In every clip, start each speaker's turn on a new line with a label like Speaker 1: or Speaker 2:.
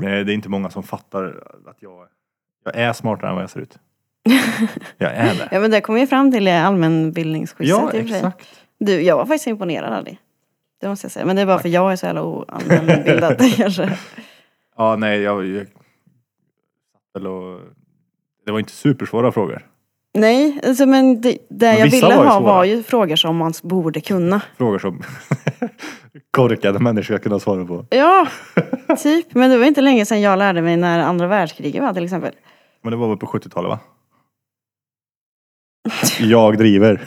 Speaker 1: det är inte många som fattar att jag, jag är smartare än vad jag ser ut. jag är det.
Speaker 2: Ja men det kommer ju fram till i allmänbildningsquizet
Speaker 1: Ja,
Speaker 2: i och för sig.
Speaker 1: exakt.
Speaker 2: Du, jag var faktiskt imponerad av dig. Det måste jag säga. Men det är bara för jag är så jävla oanvändbildad kanske.
Speaker 1: Ja, nej, jag... jag satt väl och, det var inte supersvåra frågor.
Speaker 2: Nej, alltså, men det, det jag
Speaker 1: vissa
Speaker 2: ville
Speaker 1: var ju
Speaker 2: ha var
Speaker 1: svåra.
Speaker 2: ju frågor som man borde kunna.
Speaker 1: Frågor som korkade människor ska kunna svara på.
Speaker 2: Ja, typ. Men det var inte länge sedan jag lärde mig när andra världskriget var till exempel.
Speaker 1: Men det var väl på 70-talet, va? Jag driver.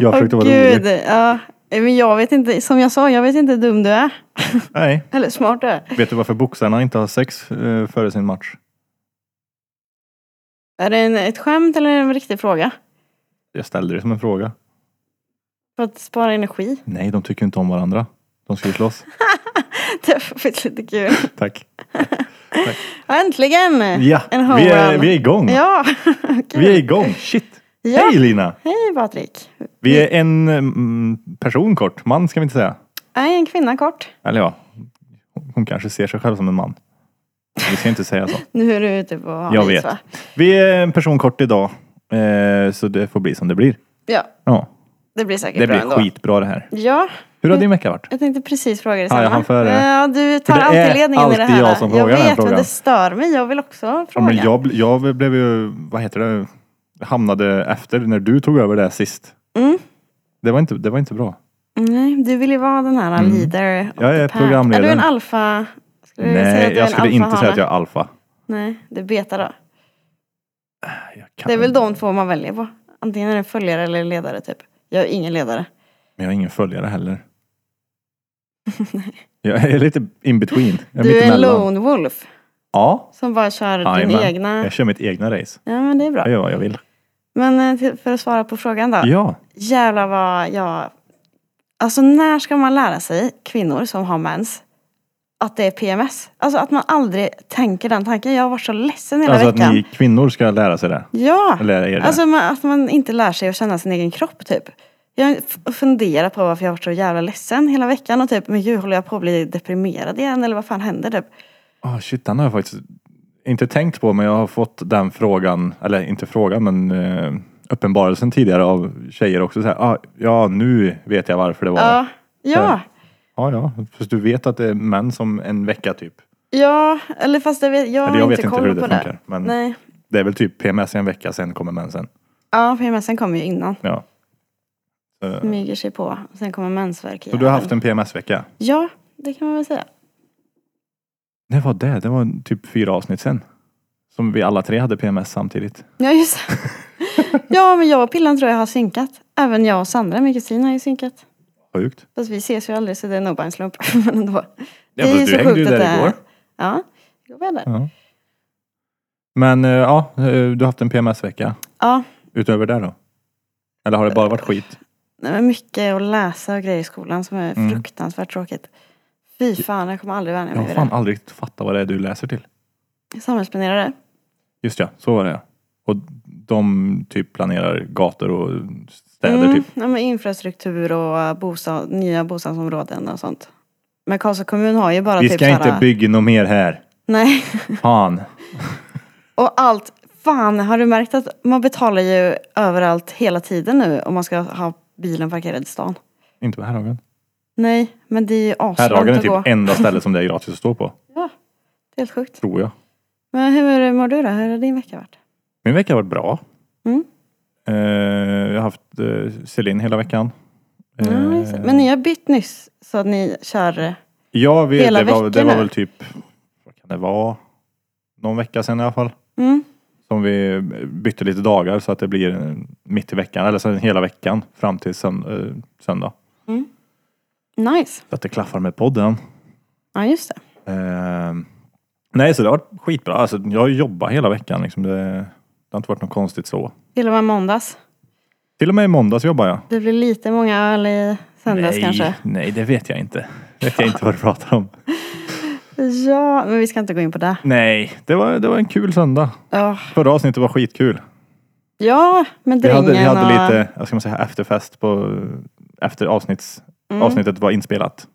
Speaker 1: Jag försökte
Speaker 2: Åh
Speaker 1: vara rolig.
Speaker 2: gud, ja. Men jag vet inte, som jag sa, jag vet inte hur dum du är.
Speaker 1: Nej.
Speaker 2: Eller smart du är.
Speaker 1: Vet du varför boxarna inte har sex eh, före sin match?
Speaker 2: Är det en, ett skämt eller en riktig fråga?
Speaker 1: Jag ställde det som en fråga.
Speaker 2: För att spara energi.
Speaker 1: Nej, de tycker inte om varandra. De ska ju slåss.
Speaker 2: Det var faktiskt lite kul.
Speaker 1: Tack.
Speaker 2: Äntligen!
Speaker 1: Ja,
Speaker 2: En home
Speaker 1: vi är,
Speaker 2: run.
Speaker 1: vi är igång.
Speaker 2: Ja, kul.
Speaker 1: Mm. Vi är igång. Shit.
Speaker 2: Ja.
Speaker 1: Hej Lina!
Speaker 2: Hej Patrik.
Speaker 1: Vi är en mm, person kort. Man ska vi inte säga.
Speaker 2: Nej, en kvinna kort.
Speaker 1: Eller ja, hon kanske ser sig själv som en man. Vi ska inte säga så.
Speaker 2: Nu är du ute på hal
Speaker 1: Jag
Speaker 2: is,
Speaker 1: vet.
Speaker 2: va?
Speaker 1: Vi är en person kort idag. Eh, så det får bli som det blir.
Speaker 2: Ja,
Speaker 1: Ja,
Speaker 2: det blir säkert
Speaker 1: det
Speaker 2: bra
Speaker 1: blir
Speaker 2: ändå.
Speaker 1: skitbra det här.
Speaker 2: Ja,
Speaker 1: Hur har din vecka varit?
Speaker 2: jag tänkte precis fråga dig
Speaker 1: Ja, jag hann före det.
Speaker 2: Ja, du tar
Speaker 1: För det är
Speaker 2: alltid ledningen i det
Speaker 1: alltid
Speaker 2: här.
Speaker 1: jag som frågar
Speaker 2: jag
Speaker 1: den här
Speaker 2: vet, men
Speaker 1: frågan.
Speaker 2: det stör mig. Jag vill också
Speaker 1: Ja,
Speaker 2: fråga.
Speaker 1: men jag, bl- jag blev ju, vad heter det, hamnade efter när du tog över det här sist.
Speaker 2: Mm.
Speaker 1: Det, var inte, det var inte bra.
Speaker 2: Nej, du vill ju vara den här
Speaker 1: Mm.
Speaker 2: leader of
Speaker 1: Jag
Speaker 2: the
Speaker 1: är
Speaker 2: pack.
Speaker 1: programledaren.
Speaker 2: Är du en alfa? Skulle du säga att
Speaker 1: Nej,
Speaker 2: du är
Speaker 1: jag
Speaker 2: en
Speaker 1: skulle inte säga
Speaker 2: alfahane?
Speaker 1: att jag är alfa.
Speaker 2: Nej, du är beta då.
Speaker 1: Jag kan,
Speaker 2: Det är väl de två man väljer på. Antingen är det en följare eller ledare typ. Jag är ingen ledare.
Speaker 1: Men jag har ingen följare heller. jag är lite in between. Jag
Speaker 2: Du är en
Speaker 1: mittemellan.
Speaker 2: lone wolf.
Speaker 1: Ja,
Speaker 2: Som bara kör din
Speaker 1: Jajamän.
Speaker 2: egna...
Speaker 1: jag kör mitt egna race.
Speaker 2: Ja men det är bra.
Speaker 1: Jag gör vad jag vill.
Speaker 2: Men eh, till- för att svara på frågan då.
Speaker 1: Ja,
Speaker 2: Jävlar vad jag... Alltså när ska man lära sig, kvinnor som har mens, att det är PMS? Alltså att man aldrig tänker den tanken. Jag har varit så ledsen hela
Speaker 1: alltså att
Speaker 2: veckan.
Speaker 1: ni kvinnor ska lära sig det.
Speaker 2: Ja!
Speaker 1: Lära er det.
Speaker 2: Alltså man, att man inte lär sig att känna sin egen kropp typ. Jag har f- funderat på varför jag har varit så jävla ledsen hela veckan och typ, men gud håller jag på att bli deprimerad igen eller vad fan händer typ?
Speaker 1: Ah, shit, den har jag faktiskt inte tänkt på, men jag har fått den frågan, eller inte frågan, men eh, uppenbarelsen tidigare av tjejer också. Så här, ah, ja, nu vet jag varför det var.
Speaker 2: Ja. Ja.
Speaker 1: Ja. Ja, ja, fast du vet att det är män som en vecka typ.
Speaker 2: Ja, eller fast jag vet, jag
Speaker 1: Eller
Speaker 2: har
Speaker 1: jag
Speaker 2: inte
Speaker 1: vet inte
Speaker 2: koll
Speaker 1: hur det
Speaker 2: på
Speaker 1: funkar,
Speaker 2: det.
Speaker 1: men-
Speaker 2: Nej.
Speaker 1: Det är väl typ PMS i en vecka, sen kommer mensen.
Speaker 2: Ja, PMSen kommer ju innan.
Speaker 1: Ja. Eh,
Speaker 2: Smyger sig på. Sen kommer mensvärk
Speaker 1: Så
Speaker 2: igen.
Speaker 1: du har haft en PMS-vecka?
Speaker 2: Ja, det kan man väl säga.
Speaker 1: Det var det, det var typ fyra avsnitt sen. Som vi alla tre hade PMS samtidigt.
Speaker 2: Ja, just det. Ja, men jag och Pillan tror jag har synkat. Även jag och Sandra, min kusin, har ju synkat.
Speaker 1: Sjukt.
Speaker 2: Fast vi ses ju aldrig så det är nog bara en slump. Men ändå. Det
Speaker 1: fast
Speaker 2: är ju
Speaker 1: du
Speaker 2: så
Speaker 1: hängde ju
Speaker 2: sjukt
Speaker 1: där
Speaker 2: att det är.
Speaker 1: igår.
Speaker 2: Ja, igår var jag där.
Speaker 1: Ja. Men eh, ja, eh, du har haft en PMS-vecka.
Speaker 2: Ja,
Speaker 1: Utöver det då? Eller har det bara varit skit?
Speaker 2: det var mycket att läsa och grejer i skolan som är
Speaker 1: Mm.
Speaker 2: fruktansvärt tråkigt. Fy fan, jag kommer aldrig vänja
Speaker 1: Jag
Speaker 2: mig
Speaker 1: har
Speaker 2: vid
Speaker 1: fan aldrig fattat vad det är du läser till.
Speaker 2: det. Samhällsplanerare.
Speaker 1: Just ja, så var det ja. Och de typ planerar gator och städer typ.
Speaker 2: Mm. Ja, men infrastruktur och eh, bostad, nya bostadsområden och sånt. Men Karlstad kommun har ju bara
Speaker 1: Vi
Speaker 2: typ
Speaker 1: ska
Speaker 2: så
Speaker 1: inte
Speaker 2: här-
Speaker 1: bygga något mer här.
Speaker 2: Nej.
Speaker 1: Fan.
Speaker 2: Och allt. Fan, har du märkt att man betalar ju överallt hela tiden nu om man ska ha bilen parkerad i stan?
Speaker 1: Inte på Härhagen.
Speaker 2: Nej, men det är ju
Speaker 1: Härhagen
Speaker 2: aslångt
Speaker 1: är
Speaker 2: att gå.
Speaker 1: typ enda stället som det är gratis att stå på.
Speaker 2: Helt sjukt.
Speaker 1: Tror jag.
Speaker 2: Men hur mår du då? Hur har din vecka varit?
Speaker 1: Min vecka har varit bra.
Speaker 2: Mm.
Speaker 1: Eh, jag har haft eh, Celine hela veckan.
Speaker 2: Ja,
Speaker 1: Eh,
Speaker 2: just det. men ni har bytt nyss så att ni kör... eh,
Speaker 1: ja, vi,
Speaker 2: hela
Speaker 1: det var, det
Speaker 2: veckan
Speaker 1: var
Speaker 2: nu.
Speaker 1: väl typ, vad kan det vara? Någon vecka sedan i alla fall.
Speaker 2: Mm.
Speaker 1: Som vi bytte lite dagar så att det blir eh, mitt i veckan, eller så hela veckan fram till sönd- eh, söndag.
Speaker 2: Nice.
Speaker 1: Så att det klaffar med podden.
Speaker 2: Ja, just det.
Speaker 1: Eh, nej, så det har varit skitbra. Alltså, jag har jobbat hela veckan. Liksom. Det, det har inte varit något konstigt så.
Speaker 2: Till och med måndags.
Speaker 1: Till och med i måndags jobbar jag.
Speaker 2: Det blir lite många öl i söndags
Speaker 1: nej,
Speaker 2: kanske.
Speaker 1: nej, det vet jag inte. vet jag inte vad du pratar om.
Speaker 2: Ja, men vi ska inte gå in på det.
Speaker 1: Nej, det var, det var en kul söndag.
Speaker 2: Ja,
Speaker 1: Förra avsnittet var skitkul.
Speaker 2: Ja, men
Speaker 1: Vi
Speaker 2: drängen
Speaker 1: hade, vi hade
Speaker 2: och...
Speaker 1: lite, vad
Speaker 2: Mm.
Speaker 1: ska man säga, efterfest på, efter avsnitts, avsnittet var inspelat.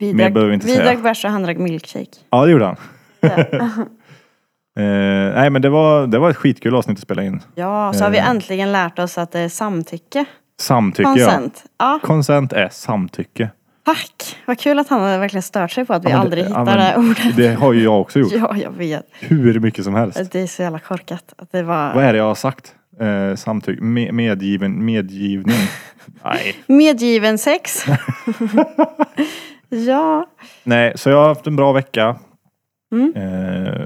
Speaker 1: Mer behöver vi inte säga.
Speaker 2: Bidrag, bärs och handdrag milkshake.
Speaker 1: Ja, det gjorde han.
Speaker 2: Ja.
Speaker 1: Eh, nej, men det var, det var ett skitkul avsnitt att spela in.
Speaker 2: Ja, så har
Speaker 1: Eh.
Speaker 2: vi äntligen lärt oss att det är samtycke.
Speaker 1: Samtycke, ja.
Speaker 2: Consent. Ja,
Speaker 1: Consent är samtycke.
Speaker 2: tack. Vad kul att han hade verkligen stört sig på att vi
Speaker 1: Ja, men
Speaker 2: aldrig
Speaker 1: det- ja,
Speaker 2: hittar
Speaker 1: men
Speaker 2: det här ordet.
Speaker 1: Det har ju jag också gjort.
Speaker 2: Ja, jag vet.
Speaker 1: Hur mycket som helst.
Speaker 2: Det är så jävla korkat. Att det var...
Speaker 1: Vad är det jag har sagt? Eh, samtycke, me- medgiven, medgivning. nej.
Speaker 2: Medgiven sex. ja.
Speaker 1: nej, så jag har haft en bra vecka.
Speaker 2: Mm.
Speaker 1: Eh,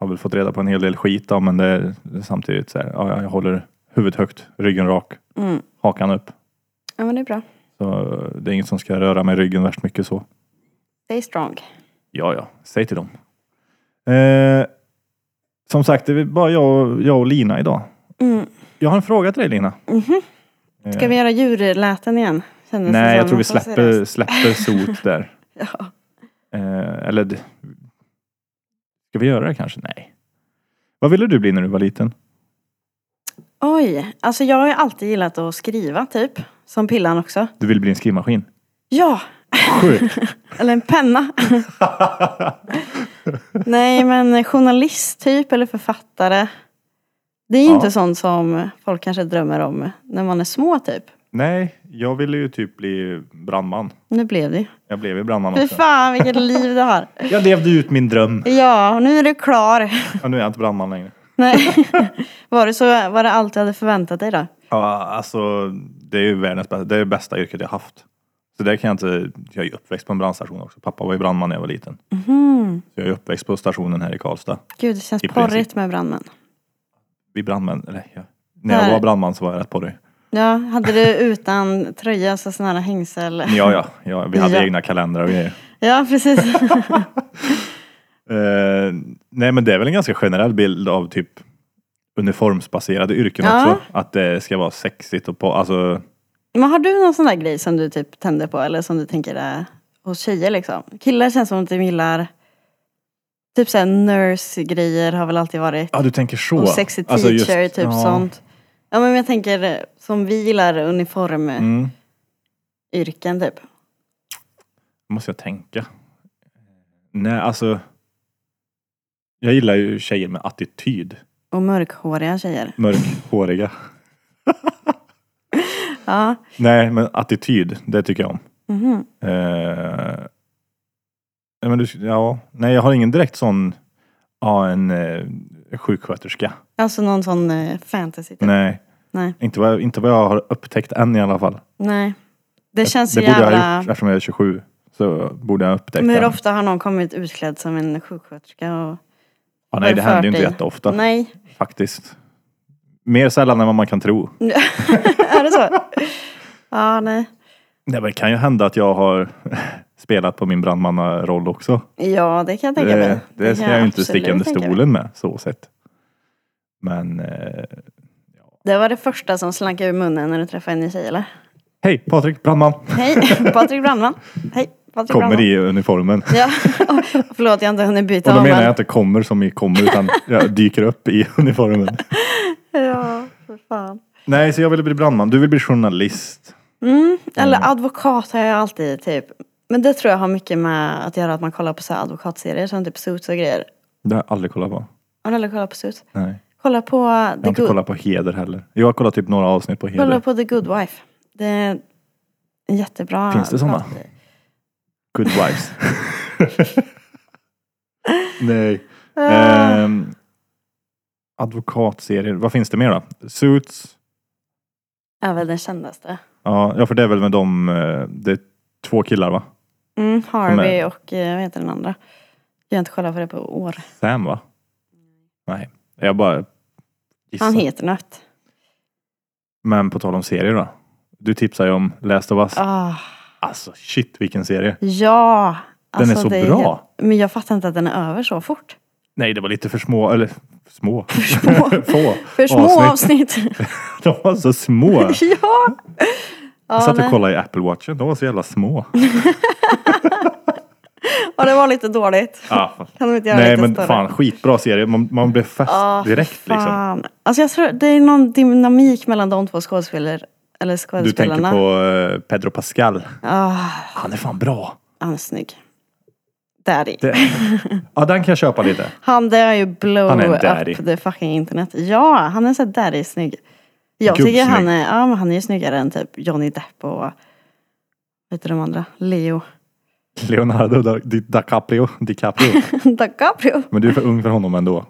Speaker 1: har väl fått reda på en hel del skit då, men det är samtidigt så här, ja, jag håller huvudet högt, ryggen rak,
Speaker 2: Mm.
Speaker 1: hakan upp.
Speaker 2: ja, men det är bra.
Speaker 1: Så det är inget som ska röra mig i ryggen värst mycket så.
Speaker 2: Stay strong.
Speaker 1: Ja, ja, säg till dem. Eh, som sagt, det är bara jag och, jag och Lina idag.
Speaker 2: Mm.
Speaker 1: Jag har en fråga till dig Lina.
Speaker 2: Mhm.
Speaker 1: Eh,
Speaker 2: Ska vi göra djurläten igen? Kändes det
Speaker 1: Nej, jag
Speaker 2: som.
Speaker 1: tror vi
Speaker 2: Man får se det.
Speaker 1: släpper, släpper sot där.
Speaker 2: Ja.
Speaker 1: Eh, eller... d- Ska vi göra det kanske? Nej. Vad ville du bli när du var liten?
Speaker 2: Oj, alltså jag har ju alltid gillat att skriva typ. Som Pillan också.
Speaker 1: Du ville bli en skrivmaskin.
Speaker 2: Ja,
Speaker 1: Sjukt!
Speaker 2: eller en penna. Nej men journalist typ eller författare. Det är ju
Speaker 1: Ja.
Speaker 2: inte sånt som folk kanske drömmer om när man är små typ.
Speaker 1: Nej, jag ville ju typ bli brandman.
Speaker 2: Nu blev det ju.
Speaker 1: Jag blev ju brandman
Speaker 2: Fy
Speaker 1: också.
Speaker 2: fan vilket liv du har.
Speaker 1: Jag levde ut min dröm.
Speaker 2: Ja, nu är du klar.
Speaker 1: Ja, nu är jag inte brandman längre.
Speaker 2: Nej. Var det, så, var det allt du hade förväntat dig då?
Speaker 1: Ja, alltså det är ju världens bästa, det är det bästa yrket jag haft. Så där kan jag inte, jag är ju uppväxt på en brandstation också. Pappa var ju brandman när jag var liten.
Speaker 2: Mhm.
Speaker 1: Så jag är uppväxt på stationen här i Karlstad.
Speaker 2: Gud, det känns
Speaker 1: I princip.
Speaker 2: porrigt med brandmän.
Speaker 1: Vi brandmän, eller ja. När jag
Speaker 2: Nej.
Speaker 1: var brandman så var jag rätt på det.
Speaker 2: Ja, hade du utan tröja så sån här hängsel?
Speaker 1: Ja, ja, ja vi hade
Speaker 2: Ja.
Speaker 1: egna kalendrar och grejer.
Speaker 2: Ja, precis.
Speaker 1: Eh, nej men det är väl en ganska generell bild av typ uniformsbaserade yrken
Speaker 2: Ja.
Speaker 1: också. Att det ska vara sexigt och på, alltså
Speaker 2: Men har du någon sån där grej som du typ tänder på eller som du tänker är hos tjejer liksom? Killar känns som att de gillar typ såhär nurse-grejer har väl alltid varit.
Speaker 1: Ja, du tänker så.
Speaker 2: Och sexy teacher,
Speaker 1: Alltså, just-
Speaker 2: typ
Speaker 1: ja.
Speaker 2: sånt. Ja men jag tänker eh, som vi gillar uniformyrken
Speaker 1: Mm.
Speaker 2: typ.
Speaker 1: Då måste jag tänka. Nej, alltså. Jag gillar ju tjejer med attityd.
Speaker 2: Och mörkhåriga tjejer.
Speaker 1: Mörkhåriga.
Speaker 2: Ja.
Speaker 1: Nej, men attityd, det tycker jag om.
Speaker 2: Mhm.
Speaker 1: Eh, nej, men du, ja, nej, jag har ingen direkt sån, ja, en eh, sjuksköterska.
Speaker 2: Alltså någon sån eh, fantasy typ.
Speaker 1: Nej,
Speaker 2: Nej.
Speaker 1: inte vad, jag, inte vad jag har upptäckt än i alla fall.
Speaker 2: Nej. Det känns så
Speaker 1: det borde jag ha
Speaker 2: jävla...
Speaker 1: gjort eftersom jag är 27. Så borde jag ha upptäckt
Speaker 2: Men hur
Speaker 1: den.
Speaker 2: ofta har någon kommit utklädd som en sjuksköterska? Och...
Speaker 1: Ja, nej, det händer ju inte
Speaker 2: förfört i?
Speaker 1: jätteofta
Speaker 2: Nej.
Speaker 1: faktiskt. Mer sällan än vad man kan tro.
Speaker 2: är det så? ja, nej.
Speaker 1: Nej, men det kan ju hända att jag har spelat på min brandmannaroll också.
Speaker 2: Ja, det kan jag tänka mig.
Speaker 1: Det, det ska
Speaker 2: kan
Speaker 1: jag ju inte
Speaker 2: absolut
Speaker 1: sticka under
Speaker 2: tänka mig.
Speaker 1: stolen med så sett. Men eh,
Speaker 2: Det var det första som slank ur munnen när du träffade en ny tjej eller?
Speaker 1: hej Patrik, brandman!
Speaker 2: Hej, Patrik Brandman. Hej, Patrik
Speaker 1: Kommer
Speaker 2: Brandman.
Speaker 1: i uniformen.
Speaker 2: Ja, oh, förlåt jag har inte hunnit byta
Speaker 1: Och då
Speaker 2: av
Speaker 1: menar
Speaker 2: än.
Speaker 1: jag inte kommer som i kommer utan jag dyker upp i uniformen.
Speaker 2: Ja, för fan.
Speaker 1: Nej, så jag ville bli brandman. Du vill bli journalist.
Speaker 2: Mm, eller advokat har jag alltid typ. Men det tror jag har mycket med att göra att man kollar på så här advokatserier som typ Suits och grejer.
Speaker 1: Det har jag aldrig kollat på.
Speaker 2: Har du aldrig kollat på Suits?
Speaker 1: Nej.
Speaker 2: Kolla på
Speaker 1: Jag
Speaker 2: The
Speaker 1: har inte
Speaker 2: Good
Speaker 1: kollat på heder heller. Jag har kollat typ några avsnitt på
Speaker 2: Kolla
Speaker 1: heder.
Speaker 2: på The Good Wife. Det är en jättebra.
Speaker 1: Finns det såna?
Speaker 2: prat.
Speaker 1: Good wives. Nej.
Speaker 2: Eh,
Speaker 1: Ehm, advokatserier. Vad finns det mer då? Suits.
Speaker 2: är väl den kändaste.
Speaker 1: Ja, ja, för det är väl med de, eh, det är två killar va?
Speaker 2: Mm, Harvey
Speaker 1: är-
Speaker 2: och eh, vad heter den andra? Jag har inte kollat på det på år.
Speaker 1: Sam va? Nej, jag bara
Speaker 2: Han
Speaker 1: gissar.
Speaker 2: heter något.
Speaker 1: Men på tal om serier då. Du tipsar ju om Last of Us.
Speaker 2: Ah,
Speaker 1: Alltså shit vilken serie.
Speaker 2: ja. alltså
Speaker 1: Den är så
Speaker 2: det
Speaker 1: bra.
Speaker 2: helt- Men jag fattar inte att den är över så fort.
Speaker 1: Nej, det var lite för små, eller små. För
Speaker 2: små.
Speaker 1: Få.
Speaker 2: För små avsnitt.
Speaker 1: De var så små.
Speaker 2: ja.
Speaker 1: Jag
Speaker 2: Ja,
Speaker 1: satt och
Speaker 2: nej.
Speaker 1: kollade i Apple Watchen, de var så jävla små.
Speaker 2: ja, det var lite dåligt.
Speaker 1: Ah, fan.
Speaker 2: Kan de inte göra
Speaker 1: Nej
Speaker 2: lite
Speaker 1: men
Speaker 2: större?
Speaker 1: fan skitbra serie, man, man blev fast
Speaker 2: Ah,
Speaker 1: direkt liksom.
Speaker 2: Fan. Alltså jag tror det är någon dynamik mellan de två skådespelar, Eller
Speaker 1: Du tänker
Speaker 2: skådespelarna.
Speaker 1: på eh, Pedro Pascal.
Speaker 2: Ah,
Speaker 1: Han är fan bra.
Speaker 2: han är snygg. Daddy.
Speaker 1: Det... ja, den kan jag köpa lite.
Speaker 2: Han där är ju blow
Speaker 1: Han är en daddy.
Speaker 2: up the fucking internet. Ja, han är så daddy snygg. Jag tycker
Speaker 1: Gubbsnygg.
Speaker 2: han är, ja men han är ju snyggare än typ Johnny Depp och vad heter de andra? Leo
Speaker 1: Leonardo da, Di, DiCaprio. DiCaprio.
Speaker 2: DiCaprio.
Speaker 1: Men du är för ung för honom ändå.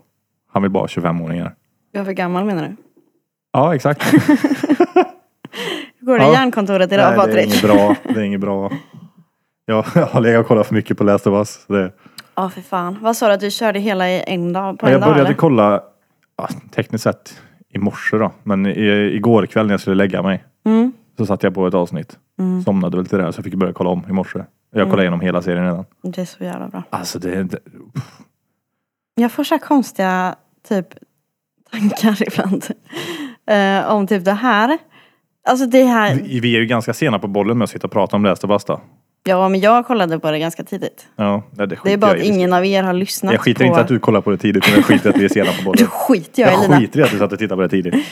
Speaker 1: Han vill bara ha 25-åringar.
Speaker 2: Jag är för gammal menar du?
Speaker 1: Ja, exakt.
Speaker 2: Hur går det i
Speaker 1: Ja.
Speaker 2: järnkontoret idag
Speaker 1: Nej, det är inget
Speaker 2: Patrik?
Speaker 1: bra. Det är inget bra. Jag, jag har legat och kollat för mycket på Last of Us. Det...
Speaker 2: Ja för fan. Vad sa du att du körde hela i en dag? På
Speaker 1: Ja,
Speaker 2: en
Speaker 1: jag
Speaker 2: dag
Speaker 1: började
Speaker 2: eller?
Speaker 1: kolla, ja, tekniskt sett i morse då, men i, igår kväll när jag skulle lägga mig
Speaker 2: Mm.
Speaker 1: så satte jag på ett avsnitt. Somnade väl till det här så jag fick börja kolla om i morse. Jag
Speaker 2: Mm.
Speaker 1: kollade igenom hela serien redan.
Speaker 2: Det är så jävla bra.
Speaker 1: Alltså det, det
Speaker 2: Jag får så här konstiga typ tankar ibland. Eh, om typ det här. Alltså det här.
Speaker 1: vi vi är ju ganska sena på bollen med att sitta och prata om Last of Us då.
Speaker 2: Ja men jag kollade på det ganska tidigt.
Speaker 1: Ja, nej, det,
Speaker 2: Det
Speaker 1: skiter
Speaker 2: är bara
Speaker 1: jag
Speaker 2: att
Speaker 1: i.
Speaker 2: ingen av er har lyssnat
Speaker 1: Jag skiter
Speaker 2: på...
Speaker 1: inte att du kollar på det tidigt men jag skiter i att vi är sena på
Speaker 2: Det
Speaker 1: bollen.
Speaker 2: skiter jag i
Speaker 1: Jag
Speaker 2: Lina.
Speaker 1: skiter i att du satt och tittade på det tidigt.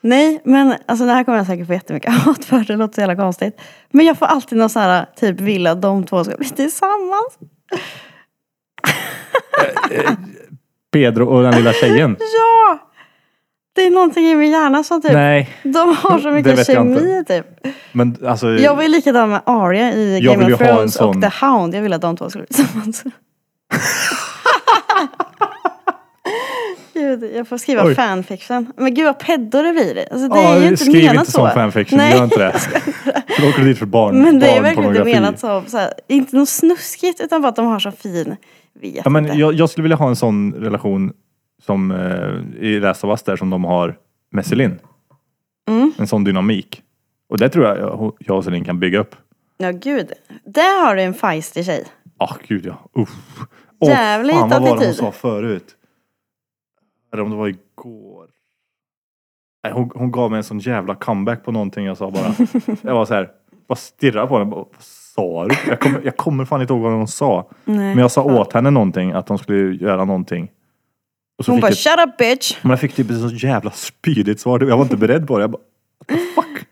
Speaker 2: Nej, men alltså det här kommer jag säkert få jättemycket hat för. Det låter så jävla konstigt. Men jag får alltid någon sån här typ vill att de två ska bli tillsammans.
Speaker 1: Pedro och den lilla tjejen.
Speaker 2: Ja! Det är någonting i min hjärna som typ...
Speaker 1: Nej,
Speaker 2: De har så
Speaker 1: Det
Speaker 2: mycket
Speaker 1: vet jag
Speaker 2: kemi typ.
Speaker 1: men alltså.
Speaker 2: Jag var ju likadan med Arya i
Speaker 1: Jag vill
Speaker 2: Game of
Speaker 1: ju ha en
Speaker 2: Thrones och
Speaker 1: sån.
Speaker 2: The Hound. Jag ville att de två skulle bli tillsammans. Gud, jag får skriva
Speaker 1: Oj.
Speaker 2: fanfiction. Men gud vad peddo det blir. Alltså, det
Speaker 1: Ja,
Speaker 2: är ju inte
Speaker 1: skriv
Speaker 2: menat
Speaker 1: inte
Speaker 2: så.
Speaker 1: sån fanfiction,
Speaker 2: Nej,
Speaker 1: gör inte det. För då åker du dit för barn,
Speaker 2: Men det är verkligen inte
Speaker 1: barnpornografi.
Speaker 2: menat som, så här, inte något snuskigt utan bara att de har så fin, vet
Speaker 1: Ja,
Speaker 2: inte.
Speaker 1: men jag, jag skulle vilja ha en sån relation som eh, i Last of Us där som de har med Celine.
Speaker 2: Mm.
Speaker 1: En sån dynamik. Och det tror jag jag- jag och Celine kan bygga upp.
Speaker 2: Ja gud, där har du en feisty tjej.
Speaker 1: Ah gud ja. Uff. Åh,
Speaker 2: Jävligt
Speaker 1: fan, vad var det hon
Speaker 2: attityd.
Speaker 1: sa förut? Eller om det var igår. Nej, hon, hon gav mig en sån jävla comeback på någonting jag sa bara. jag var så här, bara stirrade på henne. Bara, Vad sa du? Jag kommer, jag kommer fan inte ihåg vad hon sa.
Speaker 2: Nej,
Speaker 1: Men jag sa
Speaker 2: fan.
Speaker 1: åt henne någonting, att de skulle göra någonting. Och så
Speaker 2: Hon
Speaker 1: fick
Speaker 2: bara
Speaker 1: jag-
Speaker 2: shut up bitch.
Speaker 1: Men jag fick typ ett så jävla spydigt svar. Jag var inte beredd på det. Jag bara,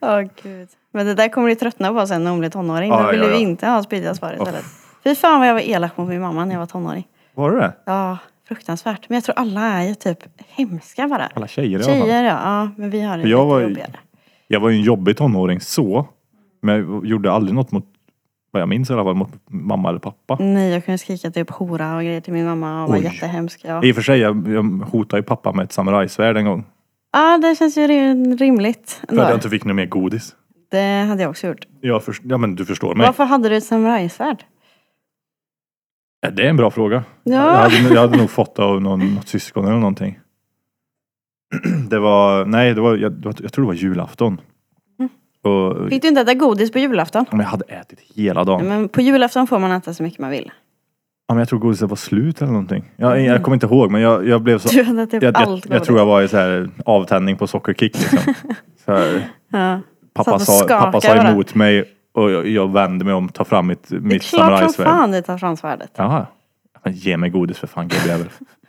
Speaker 2: Ja gud. Men det där kommer du tröttna på sen när hon blir tonåring.
Speaker 1: Ja,
Speaker 2: Då vill
Speaker 1: ja, ja.
Speaker 2: du inte ha spydiga svar istället.
Speaker 1: "Åh,
Speaker 2: Fy fan vad jag var elak mot min mamma när jag var tonåring.
Speaker 1: var det det?
Speaker 2: Ja, fruktansvärt. Men jag tror alla är ju typ hemska bara.
Speaker 1: Alla tjejer i alla fall.
Speaker 2: Tjejer ja, ja men vi har det
Speaker 1: För jag
Speaker 2: lite
Speaker 1: var ju-
Speaker 2: jobbigare.
Speaker 1: Jag var ju en jobbig tonåring så. Men jag gjorde aldrig något mot, vad jag minns i alla fall, mot mamma eller pappa.
Speaker 2: Nej jag kunde skrika typ hora och grejer till min mamma och var
Speaker 1: Oj.
Speaker 2: jättehemsk. Ja.
Speaker 1: I och för sig, jag, jag hotade ju pappa med ett samurajsvärd en gång.
Speaker 2: ja det känns ju rim- rimligt.
Speaker 1: För att jag
Speaker 2: ändå.
Speaker 1: inte fick något mer godis.
Speaker 2: Det hade jag också gjort.
Speaker 1: Jag först- ja men du förstår mig.
Speaker 2: Varför hade du ett samurajsvärd?
Speaker 1: Ja, Det är en bra fråga. Jag,
Speaker 2: Ja.
Speaker 1: hade, jag hade nog fått det av någon, något syskon eller någonting. Det var, nej det var, jag, det var- jag tror det var julafton.
Speaker 2: Mm.
Speaker 1: Och,
Speaker 2: Fick du inte äta godis på julafton?
Speaker 1: men jag hade ätit hela dagen.
Speaker 2: Men på julafton får man äta så mycket man vill.
Speaker 1: Ja, men jag tror godiset var slut eller någonting. Jag, jag kommer inte ihåg men jag, jag blev så...
Speaker 2: Mm. Du hade typ
Speaker 1: jag, jag,
Speaker 2: allt
Speaker 1: jag tror jag var i så här avtändning på sockerkick liksom. så här,
Speaker 2: Ja.
Speaker 1: pappa,
Speaker 2: Satt och
Speaker 1: sa, pappa sa
Speaker 2: skakade bara.
Speaker 1: emot mig och jag, jag vände mig om, tar fram mitt,
Speaker 2: Det är
Speaker 1: mitt
Speaker 2: klart som
Speaker 1: samurajsvärd.
Speaker 2: fan du tar fram svärdet.
Speaker 1: Jaha. Men ge mig godis för fan gubbjävel.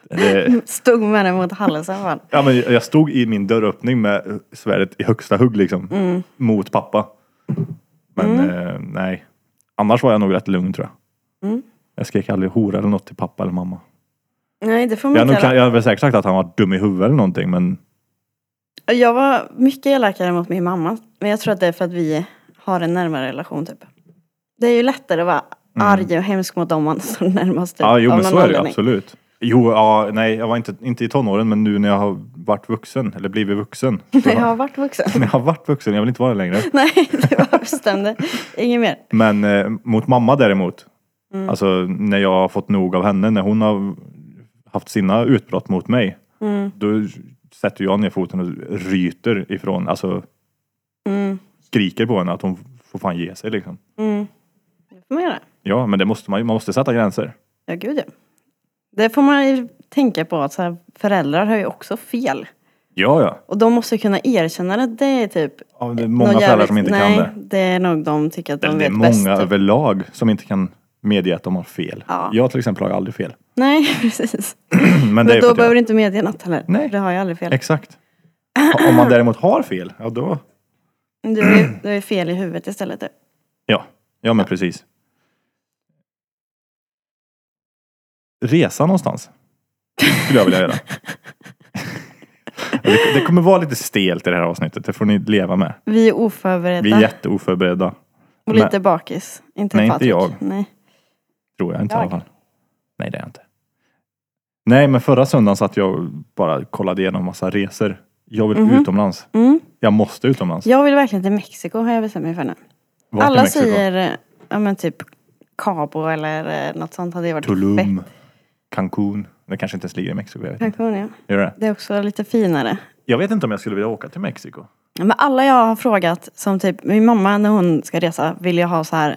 Speaker 1: Det-
Speaker 2: Stod med det mot halsen fan.
Speaker 1: Ja, men jag stod i min dörröppning med svärdet i högsta hugg liksom.
Speaker 2: Mm.
Speaker 1: Mot pappa. Men eh, nej. Annars var jag nog rätt lugn tror jag.
Speaker 2: Mm.
Speaker 1: Jag skrek aldrig hora eller något till pappa eller mamma.
Speaker 2: Nej det får man
Speaker 1: Jag, hade nog,
Speaker 2: inte göra.
Speaker 1: jag hade väl säkert sagt att han var dum i huvudet eller någonting
Speaker 2: Typ,
Speaker 1: men
Speaker 2: Jag var mycket elakare mot min mamma. Men jag tror att det är för att vi har en närmare relation typ. Det är ju lättare att vara arg och hemsk mot dem man står närmast. Typ,
Speaker 1: Mm. ja, jo
Speaker 2: av
Speaker 1: men
Speaker 2: någon
Speaker 1: så är det ju,
Speaker 2: anledning.
Speaker 1: absolut. Jo, ja, nej, jag var inte, inte i tonåren men nu när jag har varit vuxen, eller blivit vuxen.
Speaker 2: Nej, jag har varit vuxen.
Speaker 1: När jag har varit vuxen, jag vill inte vara det längre.
Speaker 2: Nej, det var bestämde. Inget mer.
Speaker 1: Men eh, mot mamma däremot,
Speaker 2: Mm.
Speaker 1: alltså när jag har fått nog av henne, när hon har haft sina utbrott mot mig,
Speaker 2: Mm,
Speaker 1: då sätter jag ner foten och ryter ifrån, alltså
Speaker 2: Mm.
Speaker 1: skriker på henne att hon får fan ge sig liksom.
Speaker 2: Det får man göra.
Speaker 1: Ja, men det måste man ju, man måste sätta gränser.
Speaker 2: Ja, gud ja. Det får man ju tänka på att så här, föräldrar har ju också fel.
Speaker 1: Ja, ja.
Speaker 2: Och de måste kunna erkänna att det är typ...
Speaker 1: ja det är många
Speaker 2: någon
Speaker 1: föräldrar
Speaker 2: jävligt-
Speaker 1: som inte
Speaker 2: nej,
Speaker 1: kan det.
Speaker 2: det är nog de tycker att de
Speaker 1: Eller det är
Speaker 2: vet
Speaker 1: många
Speaker 2: bäst. typ.
Speaker 1: överlag som inte kan medge att de har fel.
Speaker 2: Ja.
Speaker 1: Jag till exempel har ju aldrig fel.
Speaker 2: Nej, precis.
Speaker 1: Men, det
Speaker 2: Men
Speaker 1: är för
Speaker 2: då
Speaker 1: att
Speaker 2: behöver du
Speaker 1: jag...
Speaker 2: inte medge något heller.
Speaker 1: Nej.
Speaker 2: För Det har jag aldrig fel.
Speaker 1: Exakt. Ha- Om man däremot har fel, ja då...
Speaker 2: Du är, ju- du är fel i huvudet istället. Du.
Speaker 1: Ja, ja men precis. Resa någonstans. Skulle jag vilja göra. Det- Det kommer vara lite stelt i det här avsnittet. Det får ni leva med.
Speaker 2: Vi är oförberedda
Speaker 1: Vi är jätteoförberedda.
Speaker 2: och lite bakis. Inte
Speaker 1: Nej, inte
Speaker 2: Patrik.
Speaker 1: jag.
Speaker 2: Nej.
Speaker 1: Tror jag inte i
Speaker 3: Jag.
Speaker 1: alla fall. Nej, det är jag inte. Nej, men förra söndagen satt jag och bara kollade igenom massa resor. Jag vill
Speaker 2: Mhm.
Speaker 1: utomlands.
Speaker 2: Mm.
Speaker 1: Jag måste utomlands.
Speaker 2: Jag vill verkligen till Mexiko har jag bestämt mig för nu.
Speaker 1: Vart i
Speaker 2: Alla
Speaker 1: Mexiko?
Speaker 2: säger eh, ja, men typ Cabo eller eh, något sånt hade ju varit fett.
Speaker 1: Tulum, Cancun. Det kanske inte ens ligger i Mexiko. Jag vet, inte.
Speaker 2: Cancun, ja.
Speaker 1: Gör det?
Speaker 2: Det är också lite finare.
Speaker 1: jag vet inte om jag skulle vilja åka till Mexiko.
Speaker 2: Ja, Men alla jag har frågat, som typ min mamma när hon ska resa, vill jag ha så här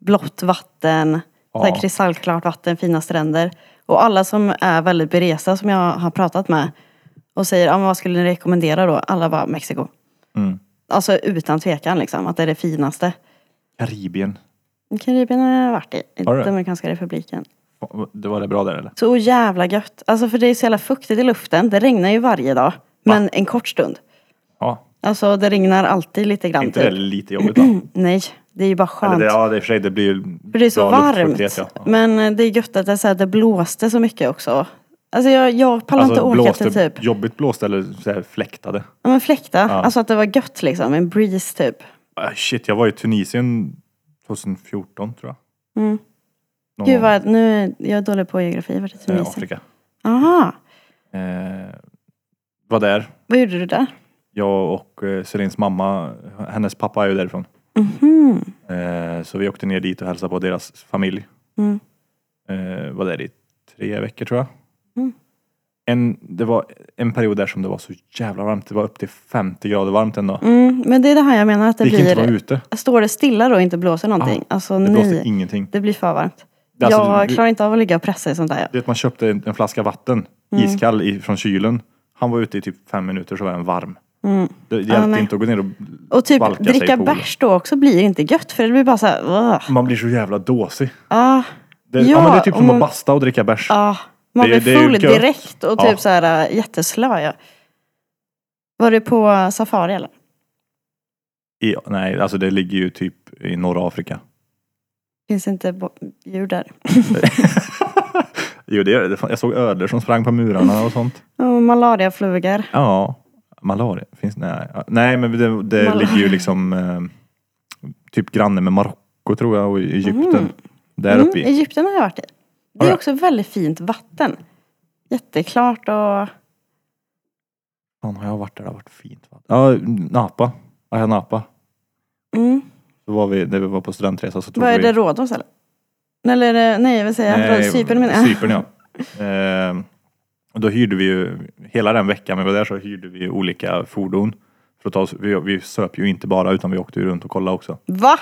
Speaker 2: blått vatten, så
Speaker 1: Ja.
Speaker 2: här kristallklart vatten, fina stränder. Och alla som är väldigt beresta som jag har pratat med och säger, ja, men vad skulle ni rekommendera då? Alla bara Mexiko.
Speaker 1: Mm.
Speaker 2: Alltså utan tvekan liksom, att det är det finaste.
Speaker 1: Karibien.
Speaker 2: Karibien har jag varit i, i
Speaker 1: Har du?
Speaker 2: Dominikanska republiken.
Speaker 1: Det var det bra där eller?
Speaker 2: Så jävla gött. Alltså för det är så jävla fuktigt i luften. Det regnar ju varje dag. Men en kort stund.
Speaker 1: Ja.
Speaker 2: Alltså det regnar alltid lite grann. typ.
Speaker 1: Inte det lite jobbigt då?
Speaker 2: Nej, det är ju bara skönt.
Speaker 1: Eller det, ja, det, i och för sig, det blir ju
Speaker 2: För det är så
Speaker 1: bra luftfuktighet,
Speaker 2: varmt.
Speaker 1: ja. Ja.
Speaker 2: Men eh, det är gött att det, är så här, det blåste så mycket också. Alltså jag, jag pallar inte åka till typ,
Speaker 1: Jobbigt blåste eller så här fläktade.
Speaker 2: ja men fläkta. Alltså att det var gött liksom, en breeze typ.
Speaker 1: Ah, shit, jag var i Tunisien 2014 tror jag.
Speaker 2: Mm.
Speaker 1: Någon
Speaker 2: Gud
Speaker 1: gång.
Speaker 2: vad, nu är jag dålig på geografi, vart är
Speaker 1: Eh,
Speaker 2: Tunisien?
Speaker 1: Afrika.
Speaker 2: Aha,
Speaker 1: Eh, var där.
Speaker 2: vad gjorde du där?
Speaker 1: Jag och eh, Selins mamma, hennes pappa är ju därifrån.
Speaker 2: Mhm.
Speaker 1: Eh, så vi åkte ner dit och hälsade på deras familj.
Speaker 2: Mm.
Speaker 1: Eh, var där i tre veckor tror jag.
Speaker 2: Mm.
Speaker 1: En, det var en period där som det var så jävla varmt. Det var upp till 50 grader varmt en dag.
Speaker 2: Mm, men det är det här jag menar att det
Speaker 1: det gick inte att vara
Speaker 2: blir,
Speaker 1: ute.
Speaker 2: står det stilla då och inte blåser någonting? alltså
Speaker 1: Det blåste
Speaker 2: nej,
Speaker 1: ingenting.
Speaker 2: det blir för varmt.
Speaker 1: Alltså,
Speaker 2: jag
Speaker 1: du-
Speaker 2: klarar inte av att ligga och pressa i sånt där.
Speaker 1: Du vet man köpte en, en flaska vatten,
Speaker 2: Mm.
Speaker 1: iskall i, från kylen. Han var ute i typ fem minuter så var den varm. Det, det hjälpte
Speaker 2: Mm. nej.
Speaker 1: inte att gå ner och
Speaker 2: Och typ
Speaker 1: valka sig i
Speaker 2: dricka
Speaker 1: poolen.
Speaker 2: bärs då också blir inte gött för det blir bara så här, "Ugh."
Speaker 1: Man blir så jävla dåsig.
Speaker 2: ah.
Speaker 1: Det, ja,
Speaker 2: Ja,
Speaker 1: men det är typ
Speaker 2: och
Speaker 1: som
Speaker 2: man-
Speaker 1: att basta och dricka bärs.
Speaker 2: Ja, man
Speaker 1: Det- det
Speaker 2: blir
Speaker 1: är ju
Speaker 2: full
Speaker 1: gött.
Speaker 2: direkt och
Speaker 1: Ja.
Speaker 2: typ så här äh, jätteslö. Ja. Var du på safari eller?
Speaker 1: I, nej, alltså det ligger ju typ i norra Afrika.
Speaker 2: Finns inte bo- djur där.
Speaker 1: Jo, det gör det. Jag såg ödlor som sprang på murarna och sånt.
Speaker 2: Och malariaflugor.
Speaker 1: Ja, malaria finns nej. ja, Nej, men det, det
Speaker 2: Malaria.
Speaker 1: ligger ju liksom eh, typ granne med Marocko tror jag och Egypten. Där
Speaker 2: Mm,
Speaker 1: uppe i.
Speaker 2: Egypten har jag varit i. Det
Speaker 1: Har
Speaker 2: är
Speaker 1: du?
Speaker 2: också väldigt fint vatten. Jätteklart och
Speaker 1: Fan, har jag varit där? Det har varit fint. Va? Ja, Napa. Ayia Napa.
Speaker 2: mm.
Speaker 1: Då var vi, när vi var på studentresa så tog
Speaker 2: Vad är
Speaker 1: vi...
Speaker 2: det Rhodos eller? Eller är det, nej vad säger jag? Rhodos, Cypern menar jag.
Speaker 1: Cypern Eh, ja. Ehm, och då hyrde vi ju, hela den veckan vi var där så hyrde vi ju olika fordon. För att ta oss, vi, vi söp ju inte bara utan vi åkte ju runt och kollade också.
Speaker 2: Va?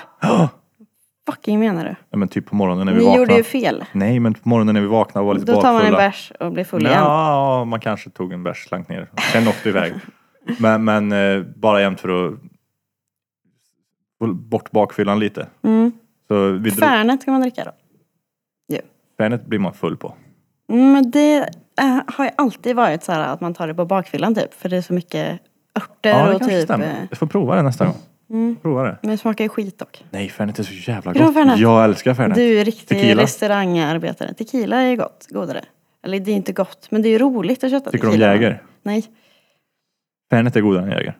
Speaker 2: Fucking menar du?
Speaker 1: Ja, men typ på morgonen när vi
Speaker 2: Ni
Speaker 1: vaknade.
Speaker 2: gjorde ju fel.
Speaker 1: Nej men på morgonen när vi vaknade och var lite
Speaker 2: Då tar man en
Speaker 1: bakfulla.
Speaker 2: bärs och blir full igen.
Speaker 1: Ja, man kanske tog en bärs, slank ner. Sen åkte vi iväg. Men, men eh, bara jämt för att få bort bakfyllan lite.
Speaker 2: Mm.
Speaker 1: Så vi drog,
Speaker 2: Färnet ska man dricka då.
Speaker 1: Färnet blir man full på.
Speaker 2: Mm, Men det eh, har ju alltid varit så här att man tar det på bakfyllan typ. För det är så mycket örter
Speaker 1: Ja, det
Speaker 2: och
Speaker 1: kanske
Speaker 2: typ.
Speaker 1: stämmer.
Speaker 2: eh,
Speaker 1: Jag får prova det nästa gång.
Speaker 2: Mm.
Speaker 1: Prova det.
Speaker 2: Men det smakar ju skit dock.
Speaker 1: Nej, Fernet är så jävla
Speaker 2: Bra
Speaker 1: gott.
Speaker 2: Fernet.
Speaker 1: Jag älskar Fernet.
Speaker 2: Du är ju riktig
Speaker 1: Tequila.
Speaker 2: restaurangarbetare. Tequila är ju gott, godare. Eller det är inte gott, men det är ju roligt att köta
Speaker 1: Tycker du om
Speaker 2: tequila.
Speaker 1: Jäger?
Speaker 2: Nej.
Speaker 1: Fernet är godare än Jäger.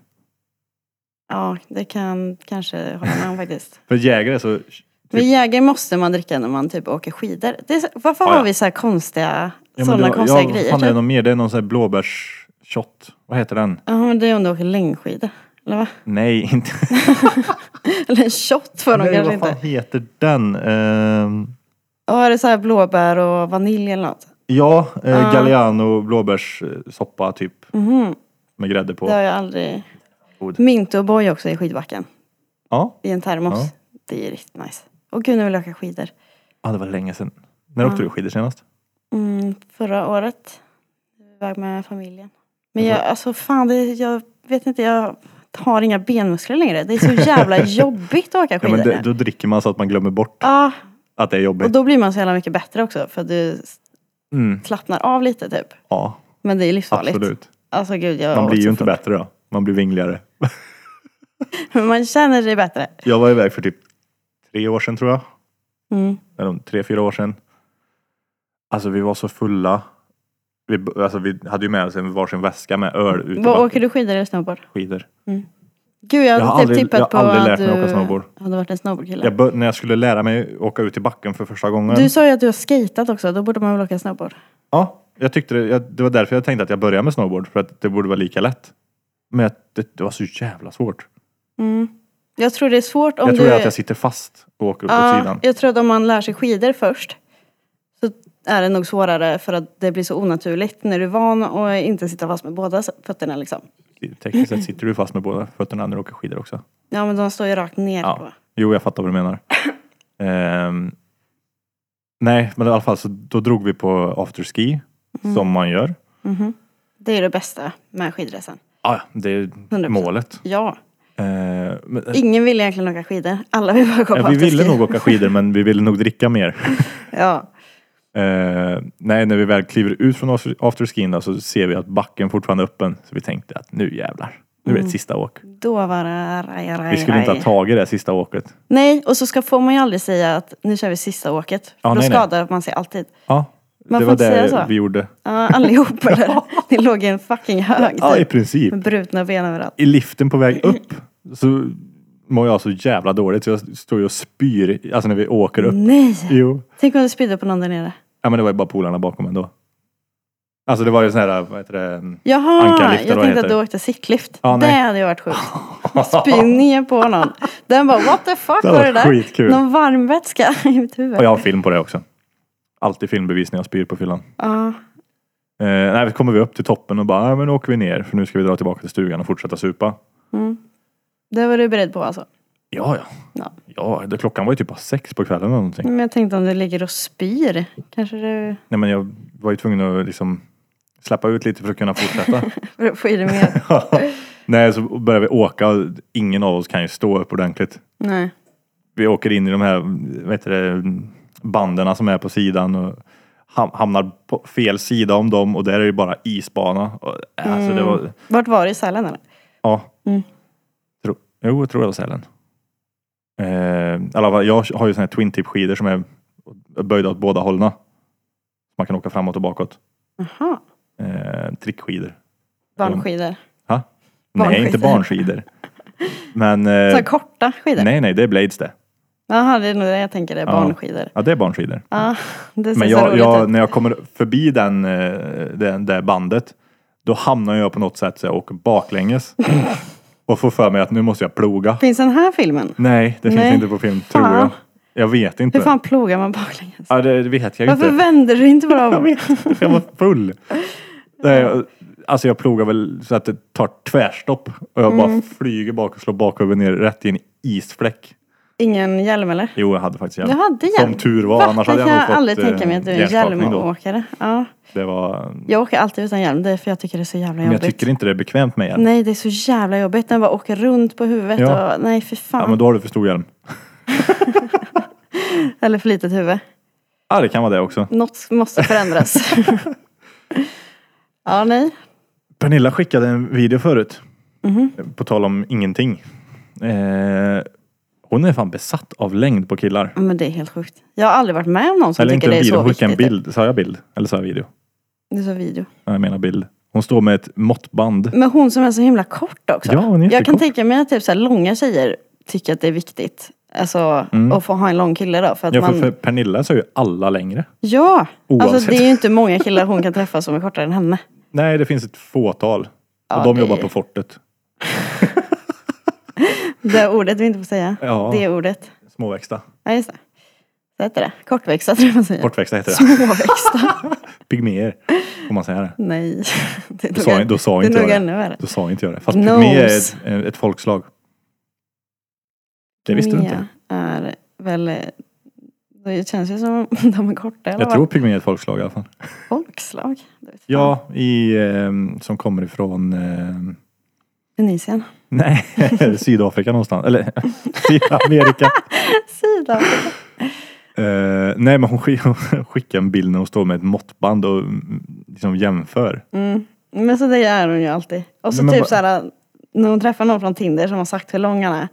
Speaker 2: Ja, det kan kanske hålla med om faktiskt.
Speaker 1: För Jäger är så... Typ,
Speaker 2: Men Jäger måste man dricka när man typ åker skidor. Det är så, varför
Speaker 1: Ja, ja.
Speaker 2: har vi så här konstiga,
Speaker 1: Ja, men
Speaker 2: sådana
Speaker 1: det var-
Speaker 2: konstiga
Speaker 1: ja,
Speaker 2: grejer?
Speaker 1: Fan, det är
Speaker 2: Typ?
Speaker 1: någon mer. Det är någon sån här blåbärsshot. Vad heter den?
Speaker 2: Ja, men det är om du åker längdskidor. Eller va?
Speaker 1: Nej, inte...
Speaker 2: Eller en shot får de
Speaker 1: Nej,
Speaker 2: kanske
Speaker 1: vad
Speaker 2: inte.
Speaker 1: fan heter den? Ehm,
Speaker 2: Ja, är det så här blåbär och vanilj eller något?
Speaker 1: ja, eh, Galliano blåbärssoppa typ.
Speaker 2: Mhm.
Speaker 1: Med grädde på.
Speaker 2: Det har jag aldrig.
Speaker 1: God.
Speaker 2: Mint och boy också i skidbacken.
Speaker 1: Ja.
Speaker 2: I en termos.
Speaker 1: Ja.
Speaker 2: Det är riktigt nice. Och gud, nu vill jag åka skidor.
Speaker 1: ja, det var länge sedan. När åkte du skidor senast?
Speaker 2: Mm, förra året. Jag var iväg med familjen. Men jag, alltså fan, det, jag vet inte, jag har inga benmuskler längre. Det är så jävla jobbigt att åka
Speaker 1: Ja,
Speaker 2: skidor
Speaker 1: men det,
Speaker 2: nu.
Speaker 1: då dricker man så att man glömmer bort
Speaker 2: Ja,
Speaker 1: att det är
Speaker 2: och
Speaker 1: jobbigt.
Speaker 2: då blir man så jävla mycket bättre också. För du
Speaker 1: Mm,
Speaker 2: slappnar av lite typ.
Speaker 1: ja,
Speaker 2: Men det är livsfarligt.
Speaker 1: absolut.
Speaker 2: Alltså gud, jag
Speaker 1: Man
Speaker 2: åt
Speaker 1: blir ju
Speaker 2: så
Speaker 1: inte
Speaker 2: fort.
Speaker 1: bättre då. Man blir vingligare.
Speaker 2: Men man känner sig bättre.
Speaker 1: Jag var iväg för typ tre år sedan tror jag.
Speaker 2: Mm.
Speaker 1: Eller om tre, fyra år sedan. Alltså vi var så fulla. Vi, b- alltså, vi hade ju med oss en varsin väska med öl ute
Speaker 2: Vad
Speaker 1: på
Speaker 2: åker du skidor eller snowboard?
Speaker 1: skidor.
Speaker 2: Gud, jag
Speaker 1: Jag har
Speaker 2: hade typ
Speaker 1: aldrig- jag
Speaker 2: tippat
Speaker 1: har
Speaker 2: på
Speaker 1: aldrig
Speaker 2: att
Speaker 1: lärt mig
Speaker 2: du
Speaker 1: åka snowboard.
Speaker 2: hade varit en snowboardkille.
Speaker 1: Jag bör, när jag skulle lära mig åka ut i backen för första gången.
Speaker 2: Du sa ju att du har skatat också, då borde man väl åka snowboard?
Speaker 1: Ja, jag tyckte det, jag, det var därför jag tänkte att jag började med snowboard. För att det borde vara lika lätt. Men jag, det, det var så jävla svårt.
Speaker 2: Jag tror det är svårt om
Speaker 1: jag
Speaker 2: du...
Speaker 1: tror att jag sitter fast och åker upp åt
Speaker 2: ja,
Speaker 1: sidan.
Speaker 2: jag tror att om man lär sig skidor först så är det nog svårare för att det blir så onaturligt när du är van och inte sitta fast med båda fötterna liksom.
Speaker 1: Tekniskt sett sitter du fast med båda fötterna när du åker skidor också.
Speaker 2: Ja men de står ju rakt ner
Speaker 1: Ja.
Speaker 2: då.
Speaker 1: Jo, jag fattar vad du menar. Ehm, nej, men i alla fall så då drog vi på afterski.
Speaker 2: Mm.
Speaker 1: Som man gör.
Speaker 2: Mhm. Det är det bästa med skidresan.
Speaker 1: Ah, ja, det är
Speaker 2: 100%.
Speaker 1: målet.
Speaker 2: Ja,
Speaker 1: Ehm, men,
Speaker 2: ingen vill egentligen åka skidor. Alla vill bara gå
Speaker 1: eh,
Speaker 2: på
Speaker 1: vi ville
Speaker 2: afterski.
Speaker 1: nog åka skidor men vi ville nog dricka mer.
Speaker 2: Ja.
Speaker 1: Eh, nej, när vi väl kliver ut från after- afterskin då, så ser vi att backen fortfarande är öppen. Så vi tänkte att nu jävlar, nu är
Speaker 2: Mm.
Speaker 1: det ett sista åk.
Speaker 2: Då var det raj, raj,
Speaker 1: Vi skulle inte ha
Speaker 2: raj.
Speaker 1: tagit det här sista åket.
Speaker 2: Nej, och så ska, får man ju aldrig säga att nu kör vi sista åket.
Speaker 1: Ja,
Speaker 2: För då
Speaker 1: nej, nej.
Speaker 2: skadar man sig alltid.
Speaker 1: Ja,
Speaker 2: Man
Speaker 1: det
Speaker 2: får
Speaker 1: var
Speaker 2: inte säga
Speaker 1: det
Speaker 2: så.
Speaker 1: vi gjorde.
Speaker 2: Ja, allihop eller? Ni låg i en fucking hög
Speaker 1: Ja, i
Speaker 2: typ,
Speaker 1: princip.
Speaker 2: med brutna ben överallt.
Speaker 1: I liften på väg upp
Speaker 2: Mm.
Speaker 1: så mår jag så jävla dåligt så jag står ju och spyr alltså när vi åker upp.
Speaker 2: Nej!
Speaker 1: Jo.
Speaker 2: Tänk om du spydde på någon där nere.
Speaker 1: Ja men det var ju bara polarna bakom ändå. Alltså det var ju sån här, vad heter det?
Speaker 2: Jaha,
Speaker 1: Ankarliftar,
Speaker 2: jag
Speaker 1: vad
Speaker 2: tänkte
Speaker 1: heter
Speaker 2: att du åkte sittlift.
Speaker 1: Ja,
Speaker 2: det
Speaker 1: nej.
Speaker 2: hade ju varit sjukt. Spy ner på någon. Den bara what the fuck
Speaker 1: Det
Speaker 2: var
Speaker 1: hade
Speaker 2: det
Speaker 1: varit
Speaker 2: där?
Speaker 1: skitkul.
Speaker 2: Någon varmvätska i mitt huvud.
Speaker 1: Och jag har film på det också. Alltid filmbevis när jag spyr på fyllan.
Speaker 2: Ja.
Speaker 1: Eh, nej, så kommer vi upp till toppen och bara, "Ja, men nu åker vi ner för nu ska vi dra tillbaka till stugan och fortsätta supa.
Speaker 2: Det var du beredd på alltså?
Speaker 1: Ja, ja.
Speaker 2: Ja.
Speaker 1: Ja, det, klockan var ju typ bara sex på kvällen eller någonting.
Speaker 2: Men jag tänkte om du ligger och spyr. Kanske du
Speaker 1: Nej, men jag var ju tvungen att liksom släppa ut lite för att kunna fortsätta.
Speaker 2: för att få i dig mer.
Speaker 1: nej, så börjar vi åka och ingen av oss kan ju stå upp ordentligt.
Speaker 2: Nej.
Speaker 1: Vi åker in i de här, vad heter det, banderna som är på sidan och ham- hamnar på fel sida om dem och där är det ju bara isbana. Och, alltså, det var,
Speaker 2: Vart var du i Sälen eller?
Speaker 1: Ja. Tro, jo, jag tror det var Sälen. Eh, i alla fall, jag har ju såna här twin tip skidor som är böjda åt båda hållen. Man kan åka framåt och bakåt.
Speaker 2: Jaha.
Speaker 1: Eh, trickskidor.
Speaker 2: Barnskidor.
Speaker 1: Ha?
Speaker 2: Barnskidor.
Speaker 1: Nej, inte barnskidor. Men...
Speaker 2: Så
Speaker 1: Eh,
Speaker 2: här korta skidor?
Speaker 1: nej, nej, det är blades det.
Speaker 2: Jaha, det är nog det jag tänker. Det är
Speaker 1: Ja.
Speaker 2: barnskidor.
Speaker 1: Ja, det är barnskidor.
Speaker 2: Ja, det ser
Speaker 1: Men
Speaker 2: så
Speaker 1: jag,
Speaker 2: roligt
Speaker 1: jag,
Speaker 2: ut.
Speaker 1: när jag kommer förbi den, eh, den, det bandet, då hamnar jag på något sätt så jag åker baklänges. och får för mig att nu måste jag ploga.
Speaker 2: Finns den här filmen?
Speaker 1: Nej, det finns
Speaker 2: Nej.
Speaker 1: inte på film,
Speaker 2: Fan.
Speaker 1: tror jag. Jag vet inte.
Speaker 2: Hur fan plogar man baklänges?
Speaker 1: Ja, det det vet jag ju
Speaker 2: Varför
Speaker 1: inte.
Speaker 2: vänder du inte bara
Speaker 1: Jag
Speaker 2: om?
Speaker 1: vet inte, för jag var full. Nej, jag- alltså jag plogar väl så att det tar tvärstopp och jag
Speaker 2: Mm.
Speaker 1: bara flyger bak och slår bakhuvudet ner rätt i en isfläck.
Speaker 2: Ingen hjälm eller?
Speaker 1: Jo, jag hade faktiskt hjälm.
Speaker 2: Du hade hjälm?
Speaker 1: Som tur var, annars hade jag
Speaker 2: kan
Speaker 1: nog
Speaker 2: jag
Speaker 1: fått,
Speaker 2: aldrig
Speaker 1: eh,
Speaker 2: tänka mig att du är en
Speaker 1: hjärnskakning då.
Speaker 2: hjälmåkare. Ja,
Speaker 1: Det var...
Speaker 2: jag åker alltid utan hjälm, det är för jag tycker det är så jävla
Speaker 1: Men jag
Speaker 2: jobbigt.
Speaker 1: tycker inte det är bekvämt med hjälm.
Speaker 2: Nej, det är så jävla jobbigt. Den bara åker runt på huvudet
Speaker 1: Ja.
Speaker 2: och nej, för fan.
Speaker 1: Ja, men då har du för stor hjälm.
Speaker 2: Eller för litet huvud.
Speaker 1: Ja, det kan vara det också.
Speaker 2: Något måste förändras. ja, nej.
Speaker 1: Pernilla skickade en video förut.
Speaker 2: Mhm.
Speaker 1: På tal om ingenting. Eh, hon är fan besatt av längd på killar.
Speaker 2: Ja, Men det är helt sjukt. Jag har aldrig varit med om någon som
Speaker 1: Eller
Speaker 2: tycker
Speaker 1: inte
Speaker 2: det
Speaker 1: en
Speaker 2: är
Speaker 1: bild,
Speaker 2: så
Speaker 1: hon skickade en
Speaker 2: viktigt.
Speaker 1: bild. Sa jag bild? Eller sa jag video?
Speaker 2: Det är så video.
Speaker 1: Ja, Jag menar bild. Hon står med ett måttband.
Speaker 2: Men hon som är så himla kort också.
Speaker 1: Ja, hon är
Speaker 2: jag kan
Speaker 1: jättekort.
Speaker 2: tänka mig att typ så här långa tjejer tycker att det är viktigt. Alltså att få ha en lång kille då. För att
Speaker 1: Ja, för,
Speaker 2: man...
Speaker 1: Mm. för Pernilla så är ju alla längre.
Speaker 2: ja. alltså
Speaker 1: Oavsett.
Speaker 2: det är ju inte många killar hon kan träffa som är kortare än henne.
Speaker 1: Nej, det finns ett fåtal.
Speaker 2: Ja,
Speaker 1: och de
Speaker 2: det-
Speaker 1: jobbar på fortet.
Speaker 2: Det är ordet vi inte får säga.
Speaker 1: Ja.
Speaker 2: Det är ordet.
Speaker 1: Småväxta.
Speaker 2: Ja just det. Så heter det. Kortväxta tror jag man säger.
Speaker 1: Kortväxta heter det.
Speaker 2: Småväxta.
Speaker 1: Pygméer. Får man säga det?
Speaker 2: Nej. Det är
Speaker 1: Då sa,
Speaker 2: nog-
Speaker 1: då sa
Speaker 2: det är
Speaker 1: inte
Speaker 2: nog
Speaker 1: jag
Speaker 2: ännu
Speaker 1: det.
Speaker 2: värre.
Speaker 1: Då sa inte jag det. Fast
Speaker 2: Gnos.
Speaker 1: pygmé är ett, eh, ett folkslag. Det visste du
Speaker 2: Mia
Speaker 1: inte.
Speaker 2: är väl... eh, Det känns ju som om de är korta. Eller
Speaker 1: Jag
Speaker 2: vad?
Speaker 1: tror pygmé är ett folkslag i alla fall.
Speaker 2: Folkslag. Det vet fan.
Speaker 1: Ja, i, ehm, som kommer ifrån ehm,
Speaker 2: Tunisien.
Speaker 1: Nej, Sydafrika någonstans. Eller Sydamerika.
Speaker 2: Sydafrika.
Speaker 1: Eh, nej, men hon skick- hon skickar en bild när hon står med ett måttband och mm, liksom jämför.
Speaker 2: Men så det gör hon ju alltid. Och så
Speaker 1: Men man
Speaker 2: typ
Speaker 1: bara-
Speaker 2: såhär, när hon träffar någon från Tinder som har sagt hur lång han är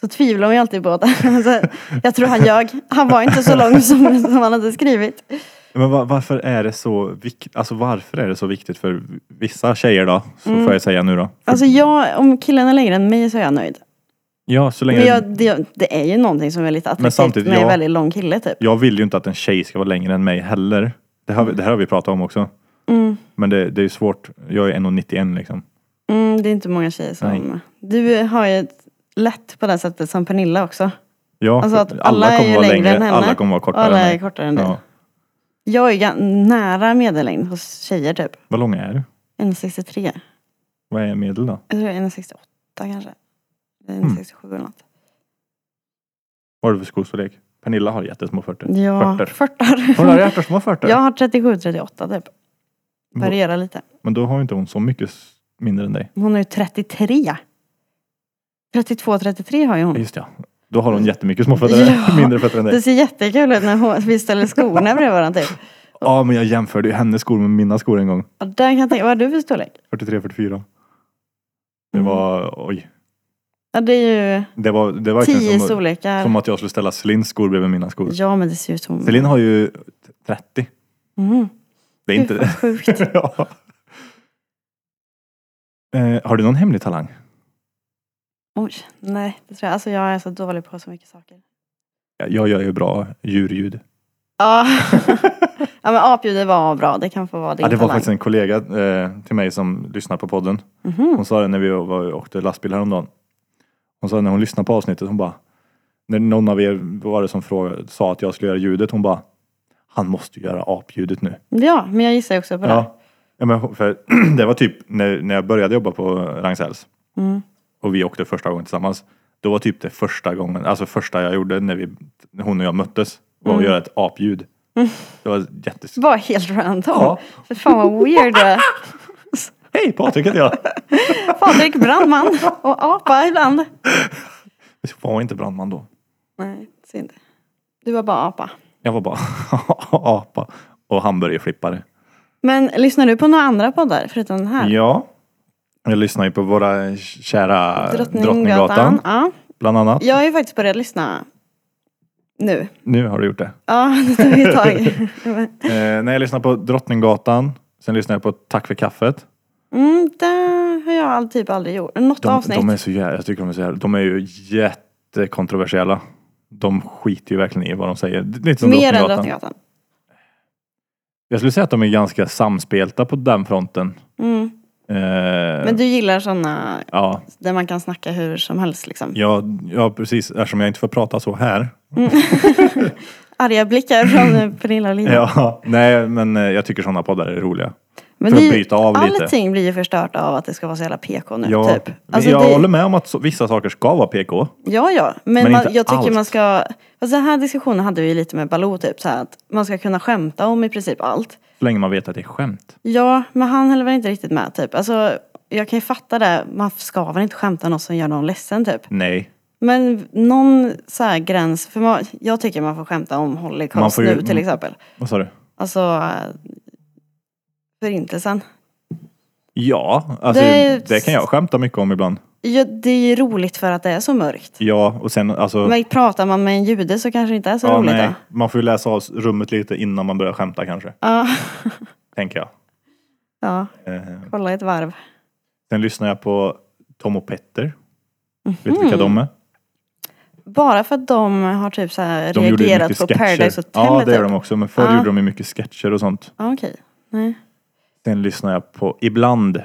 Speaker 2: så tvivlar hon ju alltid på det. Så jag tror han ljög. Han var inte så lång som, som han hade skrivit.
Speaker 1: Men va- varför är det så viktigt? Alltså varför är det så viktigt för vissa tjejer då? Så får jag säga nu då.
Speaker 2: Alltså jag, om killen är längre än mig så är jag nöjd.
Speaker 1: Ja, så länge...
Speaker 2: Men
Speaker 1: Jag...
Speaker 2: jag, det, det är ju någonting som är lite attraktivt
Speaker 1: samtidigt,
Speaker 2: med en
Speaker 1: ja.
Speaker 2: väldigt lång kille typ.
Speaker 1: vill ju inte att en tjej ska vara längre än mig heller. Det här, det här har vi pratat om också. Men det, det är ju svårt. Jag är 1,91 liksom.
Speaker 2: Mm, det är inte många tjejer som... Du har ju ett lätt på det sättet som Pernilla också.
Speaker 1: Ja,
Speaker 2: Alltså att alla, är ju längre, än henne.
Speaker 1: Alla kommer vara kortare
Speaker 2: alla
Speaker 1: än
Speaker 2: är
Speaker 1: mig.
Speaker 2: kortare än dig.
Speaker 1: Ja.
Speaker 2: Jag är ju gan- nära medellängd hos tjejer typ.
Speaker 1: Vad lång är du?
Speaker 2: 1,63.
Speaker 1: Vad är medel då?
Speaker 2: Jag tror jag är 1,68 kanske. Eller
Speaker 1: Mm.
Speaker 2: 1,67 eller något.
Speaker 1: Vad har du för skostorlek? Pernilla har jättesmå fötter.
Speaker 2: Ja,
Speaker 1: Fötter.
Speaker 2: 40.
Speaker 1: Hon har jättesmå fötter.
Speaker 2: Jag har 37-38 typ. Varierar lite.
Speaker 1: Men då har ju inte hon så mycket s- mindre än dig.
Speaker 2: Hon har ju 33. 32-33 har ju hon.
Speaker 1: Just ja. Då har hon jättemycket små fötter.
Speaker 2: Ja.
Speaker 1: Mindre fötter än dig.
Speaker 2: Det ser jättekul ut när hon, vi ställer skorna bredvid varandra typ.
Speaker 1: Ja, men jag jämförde ju hennes skor med mina skor en gång.
Speaker 2: Och där kan jag tänka, vad har du för storlek?
Speaker 1: 43, 44. Det
Speaker 2: Mm.
Speaker 1: var, oj.
Speaker 2: Ja det är ju
Speaker 1: Det var, det var
Speaker 2: tio
Speaker 1: verkligen som,
Speaker 2: storlekar.
Speaker 1: som att jag skulle ställa Celines skor bredvid mina skor.
Speaker 2: Ja men det ser ut som...
Speaker 1: Celine har ju 30.
Speaker 2: Mm.
Speaker 1: Det är
Speaker 2: Gud,
Speaker 1: inte
Speaker 2: vad
Speaker 1: det.
Speaker 2: sjukt.
Speaker 1: ja. eh, har du någon hemlig talang?
Speaker 2: Oj, nej det tror jag. Alltså jag är så dålig på så mycket saker.
Speaker 1: Ja, Jag gör ju bra djurljud.
Speaker 2: Ja, ja men apljudet var bra. Det kan få vara din
Speaker 1: Ja, det var
Speaker 2: talang.
Speaker 1: faktiskt en kollega eh, till mig som lyssnar på podden.
Speaker 2: Mhm.
Speaker 1: Hon sa det när vi var, åkte lastbil häromdagen. Hon sa när hon lyssnade på avsnittet, hon bara, när någon av er var det som frågade, sa att jag skulle göra ljudet, hon bara, han måste ju göra apljudet nu.
Speaker 2: Ja, men jag gissar ju också på det.
Speaker 1: Ja. ja men för, det var typ när, när jag började jobba på Ragn-Sells
Speaker 2: Mm.
Speaker 1: och vi åkte första gången tillsammans. Då var typ det första gången, alltså första jag gjorde när vi, när hon och jag möttes, var
Speaker 2: Mm.
Speaker 1: att göra ett apljud. Det var jättes...
Speaker 2: Bara helt random.
Speaker 1: Ja.
Speaker 2: För fan vad weird du är.
Speaker 1: Hej Patrik heter jag!
Speaker 2: Patrik Brandman och apa ibland.
Speaker 1: Jag var inte brandman då.
Speaker 2: Nej, synd. Du var bara apa.
Speaker 1: Jag var bara apa och hamburgerflippare.
Speaker 2: Men lyssnar du på några andra poddar förutom den här?
Speaker 1: Ja. Jag lyssnar ju på våra kära
Speaker 2: Drottninggatan.
Speaker 1: Drottninggatan
Speaker 2: Ja.
Speaker 1: bland annat.
Speaker 2: Jag har ju faktiskt börjat lyssna nu.
Speaker 1: Nu har du gjort det.
Speaker 2: Ja, det tog ett tag.
Speaker 1: Eh, nej, jag lyssnar på Drottninggatan. Sen lyssnar jag på Tack för kaffet.
Speaker 2: Mm, det har jag all, typ aldrig gjort. Något
Speaker 1: De,
Speaker 2: avsnitt.
Speaker 1: de är så jävla, jag tycker de är så jävla, de är ju jättekontroversiella. De skiter ju verkligen i vad de säger. Det är Lite som
Speaker 2: Mer än
Speaker 1: Drottninggatan.
Speaker 2: Drottninggatan.
Speaker 1: Jag skulle säga att de är ganska samspelta på den fronten.
Speaker 2: Mm.
Speaker 1: Eh,
Speaker 2: Men du gillar sådana
Speaker 1: ja,
Speaker 2: där man kan snacka hur som helst liksom?
Speaker 1: ja, ja, precis. Eftersom jag inte får prata så här
Speaker 2: Arga blickar från eh, Pernilla och Lina.
Speaker 1: Ja, nej men eh, jag tycker sådana poddar är roliga.
Speaker 2: Men
Speaker 1: för att
Speaker 2: det är ju-
Speaker 1: bryta av lite.
Speaker 2: Allting blir ju förstört av att det ska vara så jävla PK nu
Speaker 1: Ja,
Speaker 2: typ.
Speaker 1: men
Speaker 2: Alltså,
Speaker 1: jag
Speaker 2: det,
Speaker 1: håller med om att så, vissa saker ska vara PK.
Speaker 2: Ja, ja. Men,
Speaker 1: Men
Speaker 2: man,
Speaker 1: inte
Speaker 2: jag tycker
Speaker 1: allt.
Speaker 2: man ska... Alltså den här diskussionen hade vi ju lite med Baloo typ så här att man ska kunna skämta om i princip allt.
Speaker 1: Så länge man vet att det är skämt.
Speaker 2: Ja, men han höll väl inte riktigt med typ. Alltså jag kan ju fatta det. Man ska väl inte skämta om något som gör någon ledsen typ.
Speaker 1: Nej.
Speaker 2: Men någon så här gräns. För man, jag tycker man får skämta om Holocaust
Speaker 1: får ju- mm.
Speaker 2: nu till exempel.
Speaker 1: Vad sa du?
Speaker 2: Alltså eh, förintelsen.
Speaker 1: Ja, alltså,
Speaker 2: Det
Speaker 1: det,
Speaker 2: är ju-
Speaker 1: kan jag skämta mycket om ibland.
Speaker 2: Ja, det är ju roligt för att det är så mörkt.
Speaker 1: Ja, och sen alltså...
Speaker 2: Men pratar man med en jude så kanske det inte är så
Speaker 1: ja,
Speaker 2: roligt.
Speaker 1: nej,
Speaker 2: då.
Speaker 1: man får ju läsa av rummet lite innan man börjar skämta kanske,
Speaker 2: Ja.
Speaker 1: tänker jag.
Speaker 2: ja,
Speaker 1: Eh,
Speaker 2: kolla ett varv.
Speaker 1: sen lyssnar jag på Tom och Petter.
Speaker 2: Mhm.
Speaker 1: Vet du vilka de är?
Speaker 2: Bara för att de har typ så här
Speaker 1: De gjorde ju
Speaker 2: reagerat
Speaker 1: mycket
Speaker 2: på
Speaker 1: sketcher.
Speaker 2: Paradise Hotel.
Speaker 1: ja, det
Speaker 2: typ.
Speaker 1: gör de också. Men förr
Speaker 2: Ja.
Speaker 1: gjorde de ju mycket sketcher och sånt.
Speaker 2: Ja, okej. Nej.
Speaker 1: Sen lyssnar jag på, ibland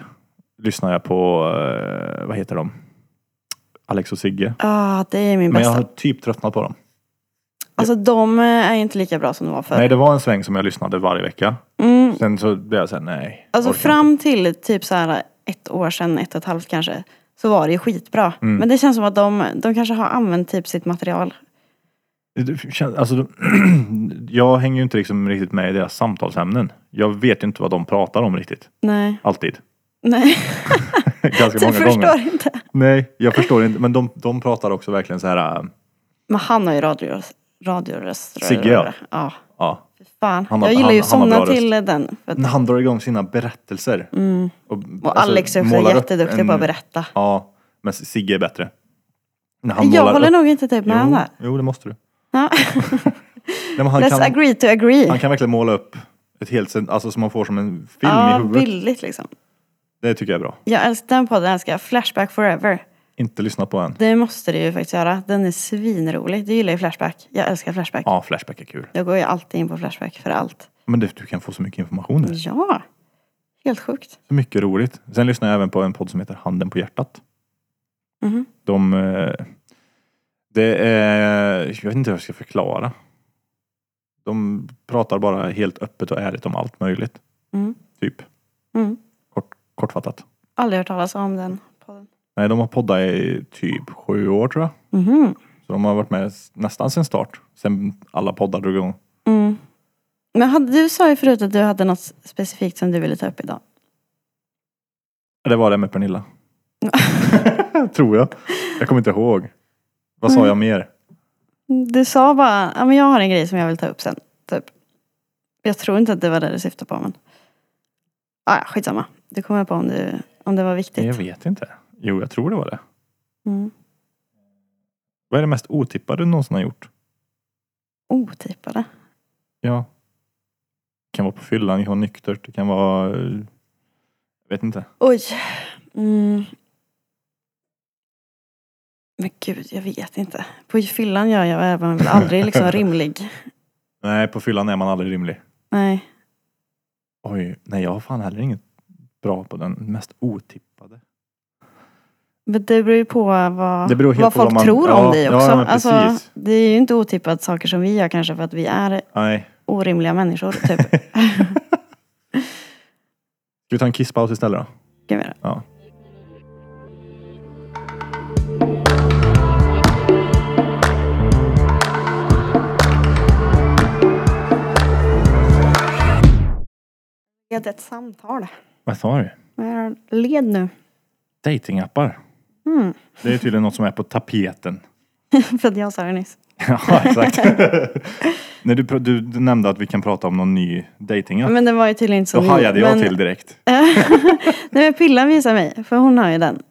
Speaker 1: lyssnar jag på, eh, vad heter de? Alex och Sigge.
Speaker 2: Ah, det är min
Speaker 1: Men jag
Speaker 2: bästa.
Speaker 1: har typ tröttnat på dem.
Speaker 2: Alltså de eh, är ju inte lika bra som de var förr.
Speaker 1: Nej, det var en sväng som jag lyssnade varje vecka.
Speaker 2: Mm,
Speaker 1: Sen så blev jag såhär, nej.
Speaker 2: alltså
Speaker 1: orkar
Speaker 2: fram till typ så här ett år sedan, ett och ett halvt kanske. Så var det ju skitbra.
Speaker 1: Mm.
Speaker 2: Men det känns som att de, de kanske har använt typ sitt material.
Speaker 1: inte. Det känns- Alltså, de- jag hänger ju inte liksom riktigt med i deras samtalsämnen. Jag vet ju inte vad de pratar om riktigt.
Speaker 2: Nej,
Speaker 1: Alltid.
Speaker 2: nej.
Speaker 1: Ganska
Speaker 2: Du
Speaker 1: många
Speaker 2: förstår
Speaker 1: gånger.
Speaker 2: inte.
Speaker 1: Nej, jag förstår inte. Men de, de pratar också verkligen så här. äh,
Speaker 2: Men han har ju radioröst. radioröst
Speaker 1: Sigge, ja.
Speaker 2: Ja,
Speaker 1: ja.
Speaker 2: fy fan.
Speaker 1: Han har-
Speaker 2: jag gillar
Speaker 1: han-
Speaker 2: ju att
Speaker 1: han har
Speaker 2: somna
Speaker 1: bra röst.
Speaker 2: till den. För att,
Speaker 1: När han drar igång sina berättelser. Och,
Speaker 2: Mm.
Speaker 1: alltså,
Speaker 2: och Alex är också
Speaker 1: målar upp
Speaker 2: jätteduktig på att berätta.
Speaker 1: Ja, Men Sigge är bättre. När han
Speaker 2: jag
Speaker 1: målar
Speaker 2: håller
Speaker 1: upp-
Speaker 2: nog inte typ med han
Speaker 1: jo,
Speaker 2: där.
Speaker 1: jo, det måste du.
Speaker 2: Ja.
Speaker 1: Nej, men han,
Speaker 2: Let's
Speaker 1: kan,
Speaker 2: agree to agree.
Speaker 1: han kan verkligen måla upp ett helt scen- alltså som man får som en film
Speaker 2: ja,
Speaker 1: i huvudet.
Speaker 2: bildligt liksom.
Speaker 1: Det tycker jag är bra.
Speaker 2: Jag älskar den podden, älskar jag. Flashback forever.
Speaker 1: Inte lyssnat på än.
Speaker 2: Det måste du ju faktiskt göra. Den är svinrolig. Du gillar ju Flashback. Jag älskar Flashback.
Speaker 1: Ja, Flashback är kul.
Speaker 2: Jag går ju alltid in på Flashback för allt.
Speaker 1: Men det, du kan få så mycket information där.
Speaker 2: Ja, helt sjukt.
Speaker 1: Så mycket roligt. Sen lyssnar jag även på en podd som heter Handen på hjärtat.
Speaker 2: Mhm.
Speaker 1: De... eh, Det är... Jag vet inte hur jag ska förklara. De pratar bara helt öppet och ärligt om allt möjligt.
Speaker 2: Mm.
Speaker 1: Typ.
Speaker 2: Mm.
Speaker 1: Kort, kortfattat.
Speaker 2: Aldrig hört talas om den podden.
Speaker 1: Nej, de har poddat i typ sju år tror jag.
Speaker 2: Mhm.
Speaker 1: Så de har varit med s- nästan sen start. Sen alla poddar drog igång.
Speaker 2: Mm. Men hade, du sa ju förut att du hade något specifikt som du ville ta upp idag.
Speaker 1: Det var det med Pernilla. tror jag. Jag kommer inte ihåg. Vad sa
Speaker 2: Mm.
Speaker 1: jag mer?
Speaker 2: Du sa bara, ja men jag har en grej som jag vill ta upp sen. Typ. Jag tror inte att det var det du syftade på men. Ah, ja, skitsamma. Du kommer på om, du, om det var
Speaker 1: Jag
Speaker 2: viktigt.
Speaker 1: vet inte. Jo, jag tror det var det.
Speaker 2: Mm.
Speaker 1: Vad är det mest otippade du någonsin har gjort?
Speaker 2: Oh, Otippade.
Speaker 1: Ja. Det kan vara på fyllan, det kan vara nyktert, det kan vara... eh, Jag vet inte.
Speaker 2: Oj. Mm. Men gud, jag vet inte. På fyllan gör jag även väl aldrig liksom rimlig.
Speaker 1: Nej, på fyllan är man aldrig rimlig.
Speaker 2: Nej.
Speaker 1: Oj, nej jag har fan heller inget bra på den mest otippade.
Speaker 2: Men det beror ju på vad,
Speaker 1: Det beror helt
Speaker 2: vad
Speaker 1: på vad
Speaker 2: folk
Speaker 1: man-
Speaker 2: tror om
Speaker 1: ja,
Speaker 2: dig
Speaker 1: ja,
Speaker 2: också.
Speaker 1: men
Speaker 2: alltså,
Speaker 1: precis.
Speaker 2: det är ju inte otippat saker som vi gör kanske för att vi är
Speaker 1: Nej.
Speaker 2: orimliga människor. Typ.
Speaker 1: Ska vi ta en kisspaus istället då?
Speaker 2: Kan vi göra?
Speaker 1: Ja.
Speaker 2: Led ett samtal.
Speaker 1: Vad sa du?
Speaker 2: Jag är led nu.
Speaker 1: Datingappar.
Speaker 2: Mm.
Speaker 1: Det är tydligen något som är på tapeten.
Speaker 2: För att jag sa det nyss.
Speaker 1: ja, exakt. När du, pr- du, du nämnde att vi kan prata om någon ny datingapp.
Speaker 2: Men det var ju tydligen inte så
Speaker 1: Då
Speaker 2: ny,
Speaker 1: hajade jag
Speaker 2: Mm, men,
Speaker 1: till direkt.
Speaker 2: Nej men Pillan visar mig, för hon har ju den.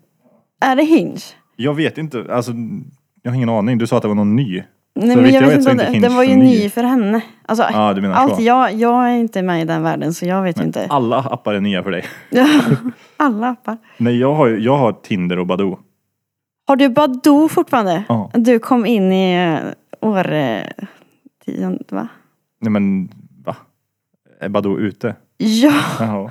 Speaker 2: Är det Hinge?
Speaker 1: Jag vet inte, alltså jag har ingen aning. Du sa att det var någon ny.
Speaker 2: Nej,
Speaker 1: vitt
Speaker 2: men jag
Speaker 1: jag
Speaker 2: vet
Speaker 1: vet så
Speaker 2: inte
Speaker 1: är
Speaker 2: om
Speaker 1: inte Hinge
Speaker 2: det. Den var
Speaker 1: så
Speaker 2: ju
Speaker 1: ny.
Speaker 2: ny för henne. Alltså,
Speaker 1: Ja, du menar
Speaker 2: allt
Speaker 1: så.
Speaker 2: jag, jag är inte med i den världen så jag vet ju inte.
Speaker 1: Alla appar är nya för dig.
Speaker 2: Alla appar.
Speaker 1: Nej, jag har, ju- jag har Tinder och Badoo.
Speaker 2: Har du Badoo fortfarande?
Speaker 1: Ja.
Speaker 2: Du kom in i eh, år... eh, tionde, va?
Speaker 1: Nej men va? Är Badoo ute?
Speaker 2: Ja,
Speaker 1: Jaha.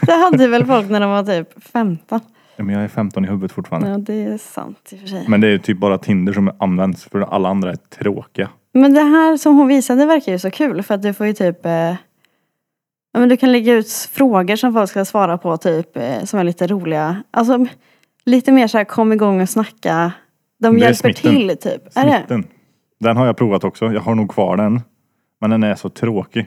Speaker 2: det hade väl folk när de var typ 15.
Speaker 1: Ja, men jag är 15 i huvudet fortfarande.
Speaker 2: Ja, det är sant i och för sig.
Speaker 1: Men det är ju typ bara Tinder som används för alla andra är tråkiga.
Speaker 2: Men det här som hon visade verkar ju så kul för att du får ju typ eh, ja, men du kan lägga ut frågor som folk ska svara på typ eh, som är lite roliga. Alltså m- lite mer så här kom igång och snacka. De
Speaker 1: Det är
Speaker 2: hjälper
Speaker 1: smitten.
Speaker 2: till typ. Är det?
Speaker 1: Smitten. Den har jag provat också. Jag har nog kvar den. Men den är så tråkig.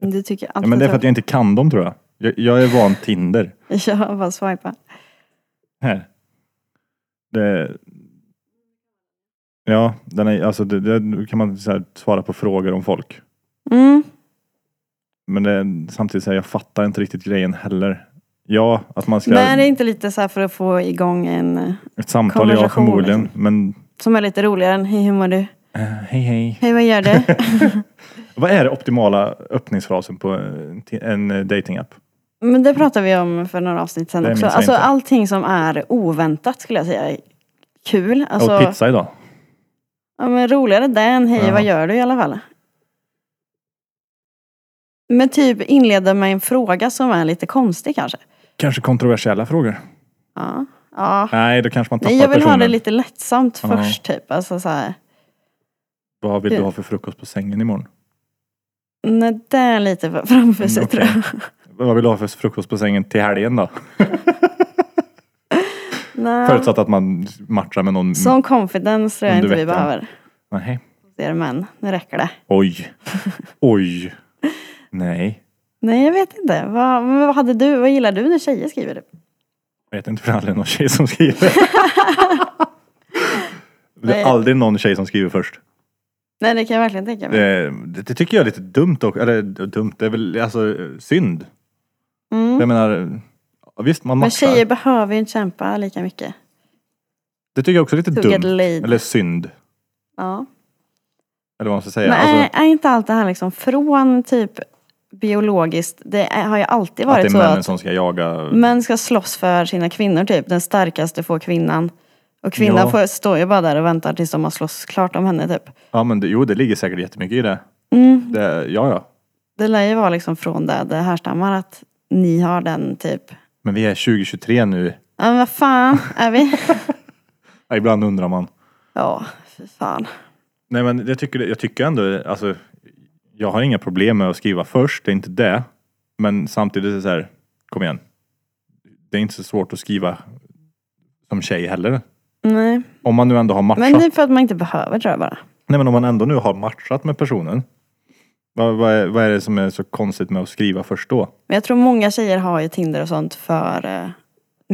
Speaker 2: Du tycker
Speaker 1: Ja,
Speaker 2: alltid
Speaker 1: men det är för att jag inte kan dem tror jag. Jag, jag är van Tinder.
Speaker 2: jag... jag bara swipar.
Speaker 1: Här. Det... Ja, den är, alltså, det, det, nu kan man så här, svara på frågor om folk.
Speaker 2: Mm.
Speaker 1: Men det, samtidigt så här, jag fattar inte riktigt grejen heller. Ja, att man ska...
Speaker 2: Men det är inte lite så här för att få igång en eh,
Speaker 1: Ett samtal, ja
Speaker 2: konversation, liksom?
Speaker 1: förmodligen. Men
Speaker 2: som är lite roligare än hej hur mår du?
Speaker 1: eh, hej hej.
Speaker 2: Hej vad gör du?
Speaker 1: Vad är det optimala öppningsfrasen på eh, ti- en eh, datingapp?
Speaker 2: Men det pratade vi om för några avsnitt sedan
Speaker 1: Det
Speaker 2: också.
Speaker 1: minns jag
Speaker 2: Alltså
Speaker 1: inte.
Speaker 2: allting som är oväntat skulle jag säga är kul. Alltså,
Speaker 1: Jag åt pizza idag.
Speaker 2: Ja men roligare det än hej
Speaker 1: Jaha.
Speaker 2: vad gör du i alla fall. Men typ inleda med en fråga som är lite konstig kanske.
Speaker 1: Kanske kontroversiella frågor.
Speaker 2: Ja. ja.
Speaker 1: Nej, då kanske man tappar
Speaker 2: Nej, jag vill
Speaker 1: personen.
Speaker 2: ha det lite lättsamt
Speaker 1: Ja.
Speaker 2: först typ. Alltså så här.
Speaker 1: Vad vill du ha för frukost på sängen imorgon?
Speaker 2: Nej det är lite för- framför sig
Speaker 1: Mm,
Speaker 2: tror jag.
Speaker 1: Vad vill du ha för frukost på sängen till helgen då?
Speaker 2: Nej.
Speaker 1: Förutsatt att man matchar med någon.
Speaker 2: Som confidence tror jag
Speaker 1: Under
Speaker 2: inte vi
Speaker 1: veckan.
Speaker 2: behöver.
Speaker 1: Nej.
Speaker 2: Det är det, men nu räcker det.
Speaker 1: Oj. Oj. Nej.
Speaker 2: Nej jag vet inte. Vad, men vad hade du? Vad gillar du när tjejer skriver det?
Speaker 1: Jag vet inte för aldrig någon tjej som skriver. det
Speaker 2: Nej.
Speaker 1: är aldrig någon tjej som skriver först.
Speaker 2: Nej det kan jag verkligen tänka mig.
Speaker 1: Det, det tycker jag är lite dumt och, eller dumt, det är väl alltså eh, synd.
Speaker 2: Mm.
Speaker 1: Jag menar, ja, visst man
Speaker 2: Men
Speaker 1: matchar.
Speaker 2: tjejer behöver ju inte kämpa lika mycket.
Speaker 1: Det tycker jag också är lite
Speaker 2: Tugga
Speaker 1: dumt.
Speaker 2: lead.
Speaker 1: Eller synd.
Speaker 2: Ja.
Speaker 1: Eller vad man ska säga.
Speaker 2: Men
Speaker 1: Alltså,
Speaker 2: är, är inte allt det här liksom från typ biologiskt, det är, har ju alltid
Speaker 1: att det
Speaker 2: varit
Speaker 1: är
Speaker 2: så
Speaker 1: männen
Speaker 2: att
Speaker 1: som ska jaga.
Speaker 2: män ska slåss för sina kvinnor typ. Den starkaste får kvinnan. Och kvinnan
Speaker 1: Ja.
Speaker 2: får, står ju bara där och väntar tills de har slåss klart om henne typ.
Speaker 1: Ja men det, jo det ligger säkert jättemycket i det.
Speaker 2: Mm.
Speaker 1: det. Ja ja.
Speaker 2: Det lär ju vara liksom från det det härstammar att ni har den typ.
Speaker 1: Men vi är 2023 nu.
Speaker 2: Ja men vad fan är vi?
Speaker 1: Ja, ibland undrar man.
Speaker 2: Ja, fy fan.
Speaker 1: Nej men jag tycker, jag tycker ändå, alltså, jag har inga problem med att skriva först, det är inte det. Men samtidigt är det så här, kom igen. Det är inte så svårt att skriva som tjej heller.
Speaker 2: Nej.
Speaker 1: Om man nu ändå har matchat.
Speaker 2: Men det är för att man inte behöver tror jag bara.
Speaker 1: Nej men om man ändå nu har matchat med personen. Vad, vad, är, vad är det som är så konstigt med att skriva först då?
Speaker 2: Men jag tror många tjejer har ju Tinder och sånt för eh,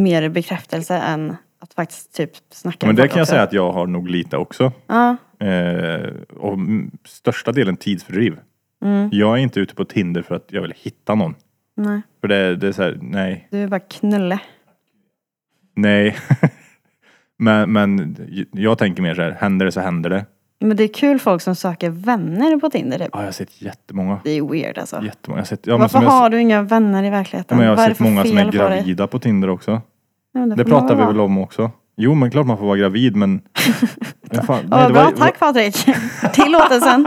Speaker 2: mer bekräftelse än att faktiskt typ snacka
Speaker 1: Men
Speaker 2: med
Speaker 1: det
Speaker 2: folk
Speaker 1: kan jag
Speaker 2: också.
Speaker 1: säga att jag har nog lite också.
Speaker 2: Ja,
Speaker 1: Eh, och m- största delen tidsfördriv.
Speaker 2: Mm.
Speaker 1: Jag är inte ute på Tinder för att jag vill hitta någon.
Speaker 2: nej.
Speaker 1: För det, det är så här, nej,
Speaker 2: Du är bara knulle.
Speaker 1: nej. men, men j- jag tänker mer så här, händer det så händer det.
Speaker 2: Men det är kul folk som söker vänner på Tinder typ.
Speaker 1: Ja, jag har sett jättemånga.
Speaker 2: Det är weird alltså.
Speaker 1: Jättemånga. Jag har sett, ja, men
Speaker 2: Varför
Speaker 1: som jag,
Speaker 2: har du inga vänner i
Speaker 1: ja,
Speaker 2: verkligheten?
Speaker 1: men jag har
Speaker 2: Vad är det
Speaker 1: sett
Speaker 2: för
Speaker 1: många som är
Speaker 2: fel på dig?
Speaker 1: gravida på Tinder också.
Speaker 2: Ja, men
Speaker 1: Det
Speaker 2: får man
Speaker 1: pratar vi
Speaker 2: vara.
Speaker 1: väl om också? Jo, men klart man får vara gravid, men... men fan,
Speaker 2: Ja,
Speaker 1: nej, det
Speaker 2: bra,
Speaker 1: var-
Speaker 2: tack Patrik. Tillåtelsen.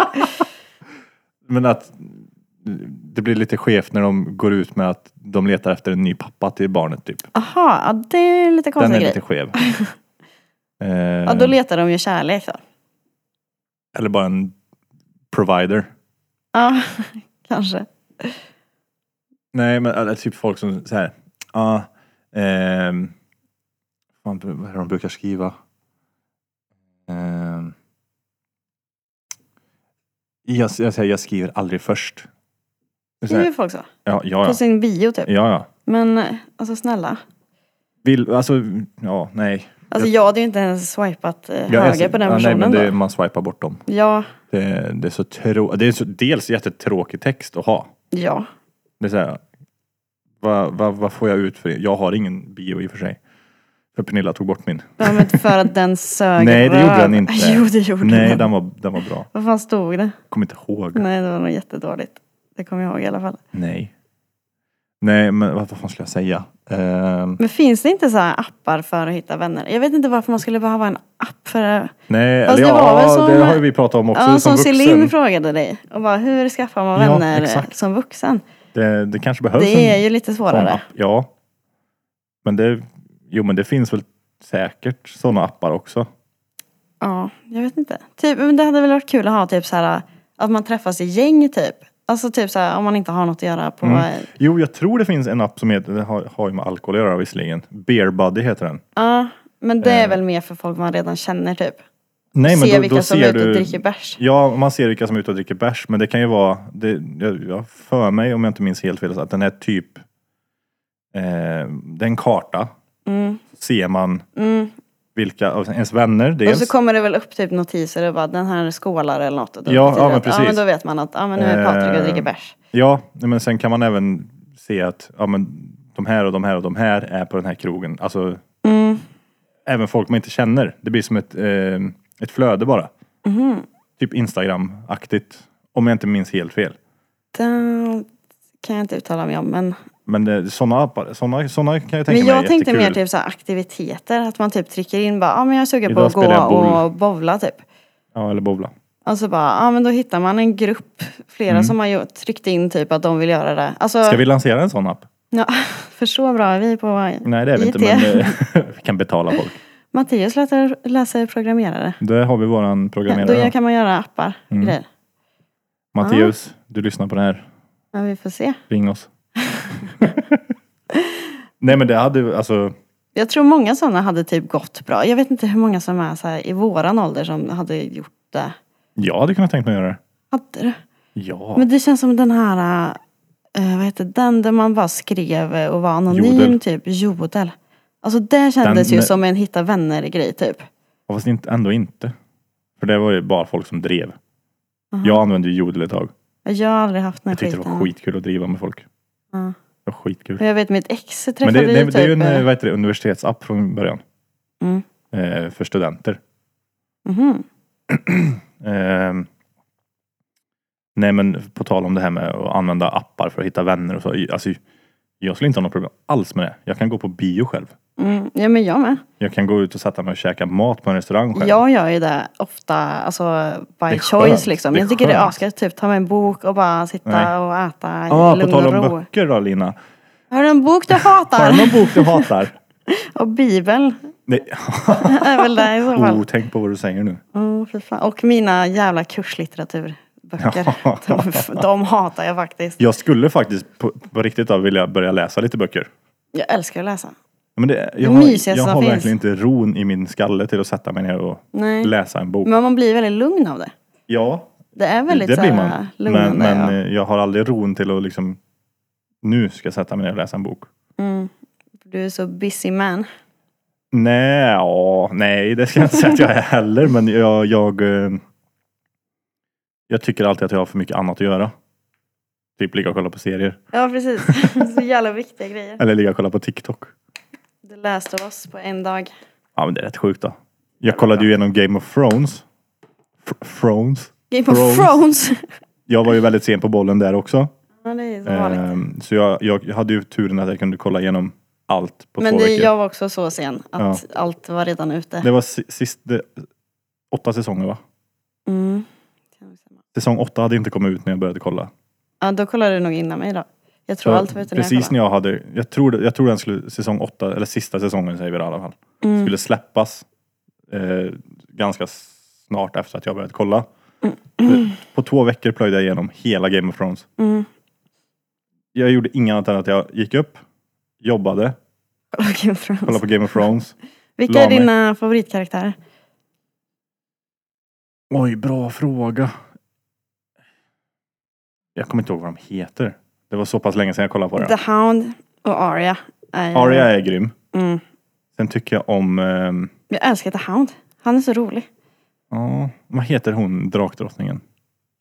Speaker 1: Men att det blir lite skevt när de går ut med att de letar efter en ny pappa till barnet, typ.
Speaker 2: Aha, ja, det är lite
Speaker 1: Den
Speaker 2: konstig
Speaker 1: är
Speaker 2: grej.
Speaker 1: lite skev. eh,
Speaker 2: Ja, då letar de ju kärlek då.
Speaker 1: Eller bara en provider.
Speaker 2: Ja, kanske.
Speaker 1: Nej, men eller, typ folk som så här. Ja, ehm, fan, vad är det de brukar skriva? Ehm, jag, jag, säger, jag skriver aldrig först. Så
Speaker 2: Det är
Speaker 1: här,
Speaker 2: ju folk så.
Speaker 1: ja, ja,
Speaker 2: På
Speaker 1: ja.
Speaker 2: sin bio typ.
Speaker 1: ja, ja.
Speaker 2: Men eh, alltså snälla.
Speaker 1: Vill, alltså, ja, nej.
Speaker 2: Alltså jag hade ju inte ens swipat eh,
Speaker 1: Jag-
Speaker 2: höger
Speaker 1: jag-
Speaker 2: på den
Speaker 1: ja, nej,
Speaker 2: personen
Speaker 1: men det,
Speaker 2: då.
Speaker 1: Man swipar bort dem.
Speaker 2: Ja,
Speaker 1: Det, det är så trå, det är så, dels jättetråkig text att ha.
Speaker 2: ja.
Speaker 1: Det är så här, vad, vad, vad får jag ut för det? Jag har ingen bio i och för sig. För Pernilla tog bort min.
Speaker 2: Ja, men för att den sög
Speaker 1: Nej, det gjorde
Speaker 2: röv.
Speaker 1: den inte.
Speaker 2: Jo, det gjorde
Speaker 1: Nej,
Speaker 2: den.
Speaker 1: den var, den var bra.
Speaker 2: Vad fan stod det?
Speaker 1: Kommer inte ihåg. Nej.
Speaker 2: Nej, det var nog jättedåligt. Det kommer jag ihåg i alla fall.
Speaker 1: Nej, Nej men vad, vad fan skulle jag säga? Ehm,
Speaker 2: Men finns det inte så här appar för att hitta vänner? Jag vet inte varför man skulle behöva en app för det.
Speaker 1: nej,
Speaker 2: Fast
Speaker 1: eller
Speaker 2: det var väl
Speaker 1: ja,
Speaker 2: som-
Speaker 1: det har ju vi pratat om också
Speaker 2: Ja,
Speaker 1: som
Speaker 2: som
Speaker 1: vuxen.
Speaker 2: Celine frågade dig. Och bara, hur skaffar man
Speaker 1: Ja,
Speaker 2: vänner
Speaker 1: exakt.
Speaker 2: som vuxen?
Speaker 1: det, det kanske behövs
Speaker 2: Det är
Speaker 1: en
Speaker 2: ju lite
Speaker 1: sån
Speaker 2: svårare.
Speaker 1: app. Ja. Men det, jo men det finns väl säkert sådana appar också.
Speaker 2: Ja, jag vet inte. Typ, men det hade väl varit kul att ha typ så här att man träffas i gäng typ. Alltså typ så här om man inte har något att göra på...
Speaker 1: Jo, jag tror det finns en app som heter, det har, har ju med alkohol att göra visserligen. Beer Buddy heter den.
Speaker 2: Ja, men det
Speaker 1: Eh.
Speaker 2: är väl mer för folk man redan känner typ.
Speaker 1: Nej,
Speaker 2: Se vilka som är ute och dricker bärs.
Speaker 1: Ja, man ser vilka som är ute och dricker bärs. Men det kan ju vara, det, jag, jag för mig om jag inte minns helt fel, så att den är typ, eh, det är en karta.
Speaker 2: Mm.
Speaker 1: Ser man
Speaker 2: Mm.
Speaker 1: vilka, av ens vänner
Speaker 2: Och
Speaker 1: dels.
Speaker 2: så kommer det väl upp typ notiser och bara den här skålar eller något. Och då
Speaker 1: Ja,
Speaker 2: betyder
Speaker 1: ja, men
Speaker 2: att, Ja, men
Speaker 1: precis.
Speaker 2: då vet man att ja, men nu är
Speaker 1: Eh.
Speaker 2: Patrik och dricker bärs.
Speaker 1: Ja, nej, men sen kan man även se att, ja men de här och de här och de här är på den här krogen. Alltså,
Speaker 2: Mm.
Speaker 1: även folk man inte känner. Det blir som ett, eh, ett flöde bara.
Speaker 2: Mm-hmm.
Speaker 1: Typ Instagram-aktigt. Om jag inte minns helt fel.
Speaker 2: Den kan jag inte uttala mig om men.
Speaker 1: Men eh, sådana appar, såna, såna kan jag tänka
Speaker 2: men
Speaker 1: mig är
Speaker 2: jag tänkte mer
Speaker 1: jättekul.
Speaker 2: typ så här aktiviteter. Att man typ trycker in bara, ja men jag är sugen på
Speaker 1: Idag
Speaker 2: att
Speaker 1: spelar
Speaker 2: gå
Speaker 1: jag boll.
Speaker 2: och bowla typ.
Speaker 1: Ja, eller bowla.
Speaker 2: Alltså bara, ja men då hittar man en grupp, flera som har gjort- tryckt in typ att de vill göra det. Alltså,
Speaker 1: Mm. Ska vi lansera en sån app?
Speaker 2: ja, för så bra är vi på
Speaker 1: Nej, det är vi inte,
Speaker 2: IT.
Speaker 1: men eh, vi kan betala folk.
Speaker 2: Mattias läser, läser programmerare.
Speaker 1: Där har vi våran
Speaker 2: Ja, då
Speaker 1: programmerare. Mm.
Speaker 2: gör- kan man göra appar, grejer.
Speaker 1: Matteus, du lyssnar på det här.
Speaker 2: Ja, vi får se.
Speaker 1: Ring oss. Nej, men det hade, alltså,
Speaker 2: Jag tror många sådana hade typ gått bra. Jag vet inte hur många som är så här i våran ålder som hade gjort det.
Speaker 1: jag hade kunnat tänkt mig att göra det.
Speaker 2: Hade det?
Speaker 1: Ja.
Speaker 2: Men det känns som den här, eh, vad heter den, där man bara skrev eh, och var anonym
Speaker 1: Jodel.
Speaker 2: typ. Jodel. Alltså det kändes ju
Speaker 1: Den-
Speaker 2: som en hitta vänner-grej typ.
Speaker 1: Ja, Fast inte, ändå inte. För det var ju bara folk som drev. Jag använde ju jodel ett tag.
Speaker 2: Jag har aldrig haft den här
Speaker 1: Jag tyckte det var
Speaker 2: skiten.
Speaker 1: skitkul att driva med folk.
Speaker 2: Ja.
Speaker 1: Det var skitkul.
Speaker 2: Men Jag vet mitt ex
Speaker 1: Men
Speaker 2: träffade
Speaker 1: det,
Speaker 2: ju
Speaker 1: det,
Speaker 2: typ...
Speaker 1: det är ju en
Speaker 2: eh,
Speaker 1: vad heter det, universitetsapp från början.
Speaker 2: Mm.
Speaker 1: Eh, eh, för studenter.
Speaker 2: Mhm.
Speaker 1: Ehm, nej men på tal om det här med att använda appar för att hitta vänner och så. Alltså, jag skulle inte ha något problem alls med det. Jag kan gå på bio själv.
Speaker 2: Mm. Ja men jag med.
Speaker 1: Jag kan gå ut och sätta mig och käka mat på en restaurang själv.
Speaker 2: Jag gör ju det ofta, alltså by
Speaker 1: är
Speaker 2: choice
Speaker 1: skönt.
Speaker 2: liksom.
Speaker 1: Det är
Speaker 2: Jag tycker det är
Speaker 1: skönt.
Speaker 2: asgött. Typ ta med en bok och bara sitta
Speaker 1: Nej.
Speaker 2: och äta i
Speaker 1: ah, på
Speaker 2: lugn
Speaker 1: tal
Speaker 2: och
Speaker 1: om
Speaker 2: ro. Ah.
Speaker 1: böcker då Lina.
Speaker 2: Har du en bok du
Speaker 1: Har du
Speaker 2: hatar?
Speaker 1: någon bok du hatar?
Speaker 2: och bibel.
Speaker 1: Nej.
Speaker 2: är väl det i så fall.
Speaker 1: Oh, tänk på vad du säger nu.
Speaker 2: Mm, fy fan. Och mina jävla kurslitteraturböcker. de, de hatar jag faktiskt.
Speaker 1: Jag skulle faktiskt på, på riktigt då vilja börja läsa lite böcker.
Speaker 2: Jag älskar att läsa.
Speaker 1: Men det, jag
Speaker 2: Det mysigaste
Speaker 1: har, jag
Speaker 2: som
Speaker 1: har
Speaker 2: finns.
Speaker 1: verkligen inte ron i min skalle till att sätta mig ner och
Speaker 2: Nej.
Speaker 1: läsa en bok.
Speaker 2: Mm. Men man blir väldigt lugn av det.
Speaker 1: Ja,
Speaker 2: Det är väldigt
Speaker 1: det
Speaker 2: så här
Speaker 1: blir man.
Speaker 2: lugnande.
Speaker 1: Men, men
Speaker 2: ja.
Speaker 1: eh, jag har aldrig ron till att liksom nu ska jag sätta mig ner och läsa en bok.
Speaker 2: mm. Du är så busy man.
Speaker 1: Nej, ja, nej det ska jag inte säga att jag är heller. Men jag, jag, eh, jag tycker alltid att jag har för mycket annat att göra. Typ ligga och kolla på serier.
Speaker 2: Ja precis. så jävla viktiga grejer.
Speaker 1: Eller ligga och kolla på TikTok.
Speaker 2: Det läste oss på en dag.
Speaker 1: Ja men det är rätt sjukt då. Jag kollade ju igenom Game of Thrones. Fr- Thrones.
Speaker 2: Game of
Speaker 1: Thrones.
Speaker 2: Thrones.
Speaker 1: Jag var ju väldigt sen på bollen där också.
Speaker 2: ja det är som vanligt.
Speaker 1: Ehm, så jag, jag hade ju turen att jag kunde kolla igenom allt på
Speaker 2: Men
Speaker 1: två
Speaker 2: det,
Speaker 1: veckor.
Speaker 2: jag var också så sen att allt var redan ute.
Speaker 1: Det var si- sist, det, åtta säsonger va?
Speaker 2: Mm.
Speaker 1: Säsong åtta hade inte kommit ut när jag började kolla.
Speaker 2: Ja då kollade du nog innan mig då. Jag tror
Speaker 1: Så
Speaker 2: allt var ute när jag
Speaker 1: precis
Speaker 2: kollade.
Speaker 1: när jag hade, jag tror, det- jag tror den skulle, säsong åtta, eller sista säsongen säger vi det i alla fall,
Speaker 2: Mm.
Speaker 1: skulle släppas eh, ganska snart efter att jag började kolla. På två veckor plöjde jag igenom hela Game of Thrones.
Speaker 2: Mm.
Speaker 1: Jag gjorde inget annat än att jag gick upp, jobbade,
Speaker 2: Kolla Game of Thrones.
Speaker 1: kollade på Game of Thrones.
Speaker 2: Vilka
Speaker 1: la
Speaker 2: är
Speaker 1: mig.
Speaker 2: dina favoritkaraktärer?
Speaker 1: Oj, bra fråga. Jag kommer inte ihåg vad de heter. Det var så pass länge sedan jag kollade på det.
Speaker 2: The Hound och Arya. Är ju-
Speaker 1: Arya är grym.
Speaker 2: Mm.
Speaker 1: Sen tycker jag om, ehm,
Speaker 2: Jag älskar The Hound. Han är så rolig.
Speaker 1: ja, vad heter hon, drakdrottningen?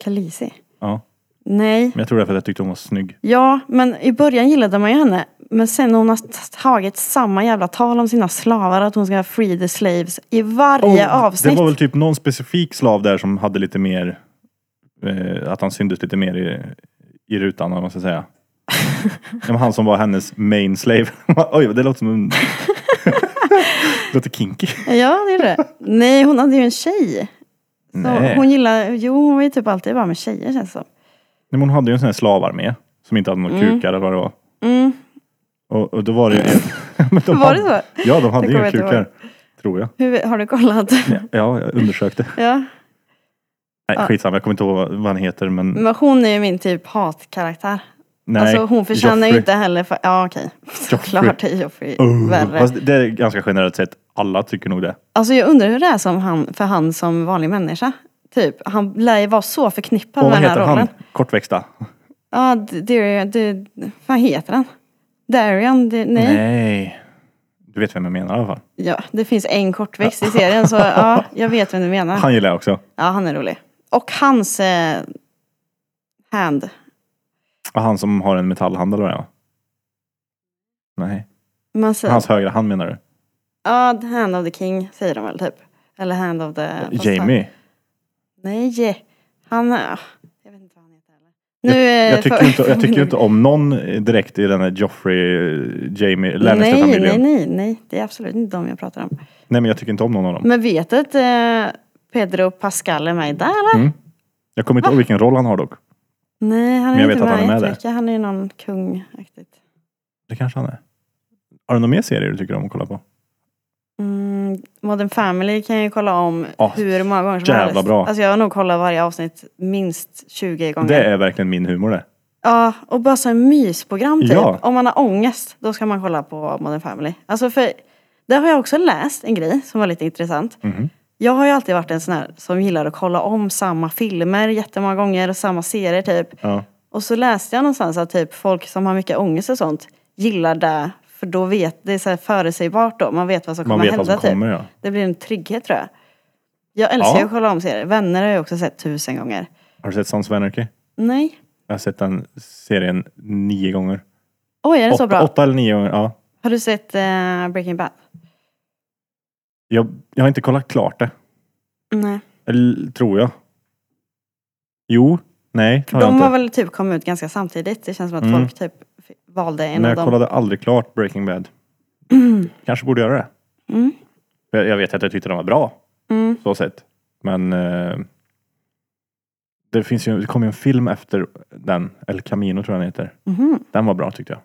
Speaker 2: Khaleesi.
Speaker 1: Ja,
Speaker 2: Nej.
Speaker 1: men jag tror det är för att jag tyckte hon var snygg.
Speaker 2: Ja, men i början gillade man ju henne. Men sen när hon har t- tagit samma jävla tal om sina slavar, att hon ska free the slaves i varje
Speaker 1: Och
Speaker 2: avsnitt.
Speaker 1: Oh, Det var väl typ någon specifik slav där som hade lite mer, eh, att han syntes lite mer i, i rutan, om man ska säga. ja, men han som var hennes main slave. Oj, det låter som en... det låter kinky.
Speaker 2: Ja, det är det. Nej, hon hade ju en tjej. Så
Speaker 1: Nej.
Speaker 2: hon gillar, jo hon var ju typ alltid bara med tjejer känns det som.
Speaker 1: Nej, men hon hade ju en sån här slavarmé som inte hade några
Speaker 2: Mm.
Speaker 1: kukar eller vad det var.
Speaker 2: Mm.
Speaker 1: Och, och då var det ju en... men de
Speaker 2: Var det
Speaker 1: hade-
Speaker 2: så?
Speaker 1: Ja, de hade
Speaker 2: Det
Speaker 1: ju
Speaker 2: kommer jag inte
Speaker 1: kukar. Tror jag.
Speaker 2: Hur, har du kollat?
Speaker 1: Ja, jag undersökte.
Speaker 2: ja.
Speaker 1: Nej,
Speaker 2: Ja.
Speaker 1: skitsamma. Jag kommer inte ihåg vad- vad han heter, men...
Speaker 2: Men hon är ju min typ hatkaraktär.
Speaker 1: nej.
Speaker 2: alltså hon förtjänar ju
Speaker 1: Joffrey.
Speaker 2: inte heller för, ja okej.
Speaker 1: Joffrey.
Speaker 2: Såklart är Joffrey
Speaker 1: Oh.
Speaker 2: värre.
Speaker 1: Fast det är ganska generellt sett. Alla tycker nog det.
Speaker 2: Alltså jag undrar hur det är som han, för han som vanlig människa. Typ, han lär ju vara så förknippad
Speaker 1: Och
Speaker 2: med
Speaker 1: vad
Speaker 2: den här
Speaker 1: heter
Speaker 2: rollen.
Speaker 1: han? Kortväxta?
Speaker 2: Ja, det, det, det, vad heter han? Darian? Det, nej.
Speaker 1: Nej. Du vet vem jag menar i alla fall.
Speaker 2: Ja, det finns en kortväxt i serien så ja, jag vet vem du menar.
Speaker 1: Han gillar jag också.
Speaker 2: Ja, han är rolig. Och hans eh, hand.
Speaker 1: Och han som har en metallhand eller vad det är, va? Nej.
Speaker 2: Man säger,
Speaker 1: Hans högra hand menar du?
Speaker 2: Ja, the hand of the king säger de väl typ. Eller hand of the... fast Han,
Speaker 1: Jamie?
Speaker 2: nej, han... ah, Jag vet inte vad han heter heller. Nu, eh,
Speaker 1: Jag tycker,
Speaker 2: får-
Speaker 1: ju inte, jag tycker ju inte om någon eh, direkt i den här Joffrey, eh, Jamie,
Speaker 2: Nej,
Speaker 1: Lannister-familjen.
Speaker 2: nej,
Speaker 1: Nej,
Speaker 2: nej, nej. Det är absolut inte de jag pratar om.
Speaker 1: men jag tycker inte om någon av dem.
Speaker 2: Men vet du att eh, Pedro Pascal är med där eller?
Speaker 1: Mm. Jag kommer inte ihåg vilken roll han har dock.
Speaker 2: Nej, han är
Speaker 1: Men jag
Speaker 2: inte
Speaker 1: vet att
Speaker 2: med,
Speaker 1: han är med där.
Speaker 2: jättemycket. Han är ju någon kung. -aktigt.
Speaker 1: Det kanske han är. Har du några mer serier du tycker om att kolla på?
Speaker 2: Mm, Modern Family kan jag ju kolla om
Speaker 1: Ja,
Speaker 2: hur många gånger som
Speaker 1: jävla
Speaker 2: helst.
Speaker 1: bra.
Speaker 2: Alltså jag har nog kollat varje avsnitt minst 20 gånger.
Speaker 1: Det är verkligen min humor det.
Speaker 2: Ja, och bara så en mysprogram typ.
Speaker 1: Ja.
Speaker 2: Om man har ångest, då ska man kolla på Modern Family. Alltså för, där har jag också läst en grej som var lite intressant.
Speaker 1: Mhm.
Speaker 2: Jag har ju alltid varit en sån här som gillar att kolla om samma filmer jättemånga gånger och samma serier typ.
Speaker 1: Ja.
Speaker 2: Och så läste jag någonstans att typ folk som har mycket ångest och sånt gillar det. För då vet, det är så här förutsägbart då. Man vet vad som
Speaker 1: Man
Speaker 2: kommer
Speaker 1: vet vad
Speaker 2: hända
Speaker 1: som
Speaker 2: typ.
Speaker 1: kommer ja.
Speaker 2: Det blir en trygghet tror jag. Jag älskar
Speaker 1: Ja.
Speaker 2: ju att kolla om serier. Vänner har jag också sett tusen gånger.
Speaker 1: Har du sett Sons of Anarchy?
Speaker 2: Nej.
Speaker 1: Jag har sett den serien nio gånger.
Speaker 2: Oj, är det så
Speaker 1: Åtta,
Speaker 2: bra?
Speaker 1: åtta eller nio gånger, ja.
Speaker 2: Har du sett eh, Breaking Bad?
Speaker 1: Jag, jag har inte kollat klart det.
Speaker 2: Nej.
Speaker 1: Eller, tror jag. Jo. Nej, har jag
Speaker 2: De
Speaker 1: inte.
Speaker 2: har väl typ kommit ut ganska samtidigt. Det känns som att
Speaker 1: Mm.
Speaker 2: folk typ f- valde en
Speaker 1: Men
Speaker 2: av
Speaker 1: jag
Speaker 2: dem.
Speaker 1: kollade aldrig klart Breaking Bad. Kanske borde göra det.
Speaker 2: Mm.
Speaker 1: Jag, jag vet att jag tyckte den var bra.
Speaker 2: Mm.
Speaker 1: Så sett. Men eh, det, finns ju, det kom ju en film efter den. El Camino tror jag den heter.
Speaker 2: Mhm.
Speaker 1: Den var bra tyckte jag.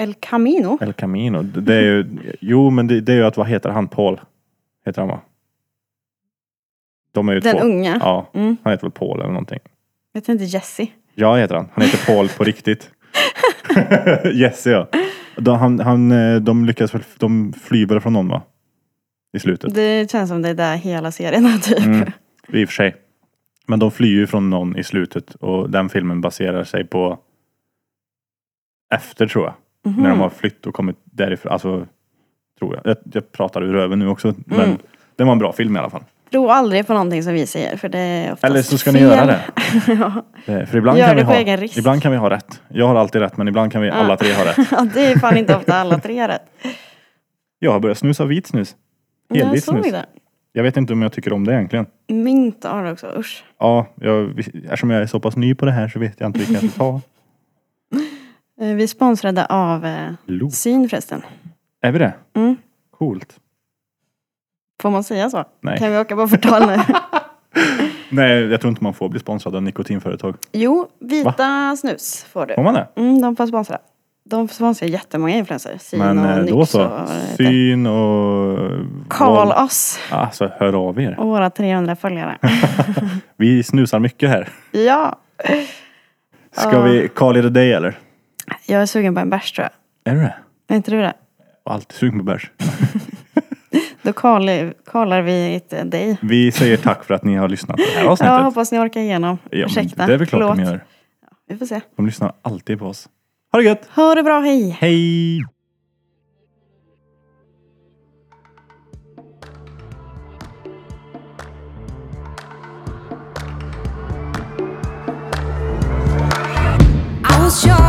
Speaker 2: El Camino?
Speaker 1: El Camino. Det, det är ju, jo men det, det är ju att, vad heter han? Paul? Heter han va? De är ju
Speaker 2: Den
Speaker 1: två.
Speaker 2: unga?
Speaker 1: Ja,
Speaker 2: Mm.
Speaker 1: han heter väl Paul eller någonting.
Speaker 2: Vet inte Jesse?
Speaker 1: Ja heter han. Han heter Paul på riktigt. Jesse ja. De, han, han, eh, de lyckas väl, de flyr väl från någon va? I slutet.
Speaker 2: Det känns som det är där hela serien är typ.
Speaker 1: Mm, I och för sig. Men de flyr ju från någon i slutet och den filmen baserar sig på efter tror jag.
Speaker 2: Mhm.
Speaker 1: När
Speaker 2: Mm.
Speaker 1: de har flytt och kommit därifrån. Alltså, tror jag. Jag, jag pratar ur röven nu också.
Speaker 2: Mm.
Speaker 1: Men det var en bra film i alla fall.
Speaker 2: Tro aldrig på någonting som vi säger för det är oftast
Speaker 1: Eller så ska
Speaker 2: fel.
Speaker 1: ni göra det.
Speaker 2: ja.
Speaker 1: Eh, För ibland,
Speaker 2: Gör
Speaker 1: kan vi
Speaker 2: det på
Speaker 1: ha,
Speaker 2: egen risk.
Speaker 1: ibland kan vi ha rätt. Jag har alltid rätt men ibland kan vi alla tre ha rätt.
Speaker 2: ja, det är fan inte ofta alla tre rätt.
Speaker 1: Jag har börjat snusa vit snus.
Speaker 2: Jag
Speaker 1: Helvitt
Speaker 2: såg
Speaker 1: snus.
Speaker 2: det. jag
Speaker 1: Jag vet inte om jag tycker om det egentligen.
Speaker 2: Mint har det också, usch.
Speaker 1: Ja, jag, eftersom jag är så pass ny på det här så vet jag inte vilken jag ska ta.
Speaker 2: Eh, Vi är sponsrade av eh,
Speaker 1: Lo.
Speaker 2: Syn förresten.
Speaker 1: Är vi det?
Speaker 2: Mm.
Speaker 1: Coolt.
Speaker 2: Får man säga så?
Speaker 1: Nej.
Speaker 2: Kan vi åka på förtal nu?
Speaker 1: Nej, jag tror inte man får bli sponsrad av nikotinföretag.
Speaker 2: jo, vita snus får du.
Speaker 1: Får man det?
Speaker 2: Mm, de får sponsra. De sponsrar jättemånga influencers. Syn
Speaker 1: Men
Speaker 2: och
Speaker 1: eh,
Speaker 2: Nyx
Speaker 1: då
Speaker 2: och
Speaker 1: så.
Speaker 2: vad det heter.
Speaker 1: Syn och... Vol-
Speaker 2: Call oss
Speaker 1: Alltså, hör av er.
Speaker 2: och våra 300 följare.
Speaker 1: Vi snusar mycket här.
Speaker 2: ja,
Speaker 1: Ska
Speaker 2: Ja.
Speaker 1: vi call it a day eller?
Speaker 2: jag är sugen på en bärs tror jag.
Speaker 1: Är du det?
Speaker 2: Är inte du det?
Speaker 1: Jag är Alltid sugen på bärs.
Speaker 2: Då kallar, kallar vi ett eh, dig.
Speaker 1: Vi säger tack för att ni har lyssnat på det här avsnittet.
Speaker 2: Jag hoppas ni orkar igenom.
Speaker 1: Ja, men
Speaker 2: Ursäkta.
Speaker 1: Det är väl klart
Speaker 2: Förlåt.
Speaker 1: de gör.
Speaker 2: Vi får se.
Speaker 1: De lyssnar alltid på oss. Ha det gött!
Speaker 2: Ha det bra, hej!
Speaker 1: Hej!
Speaker 3: I was sure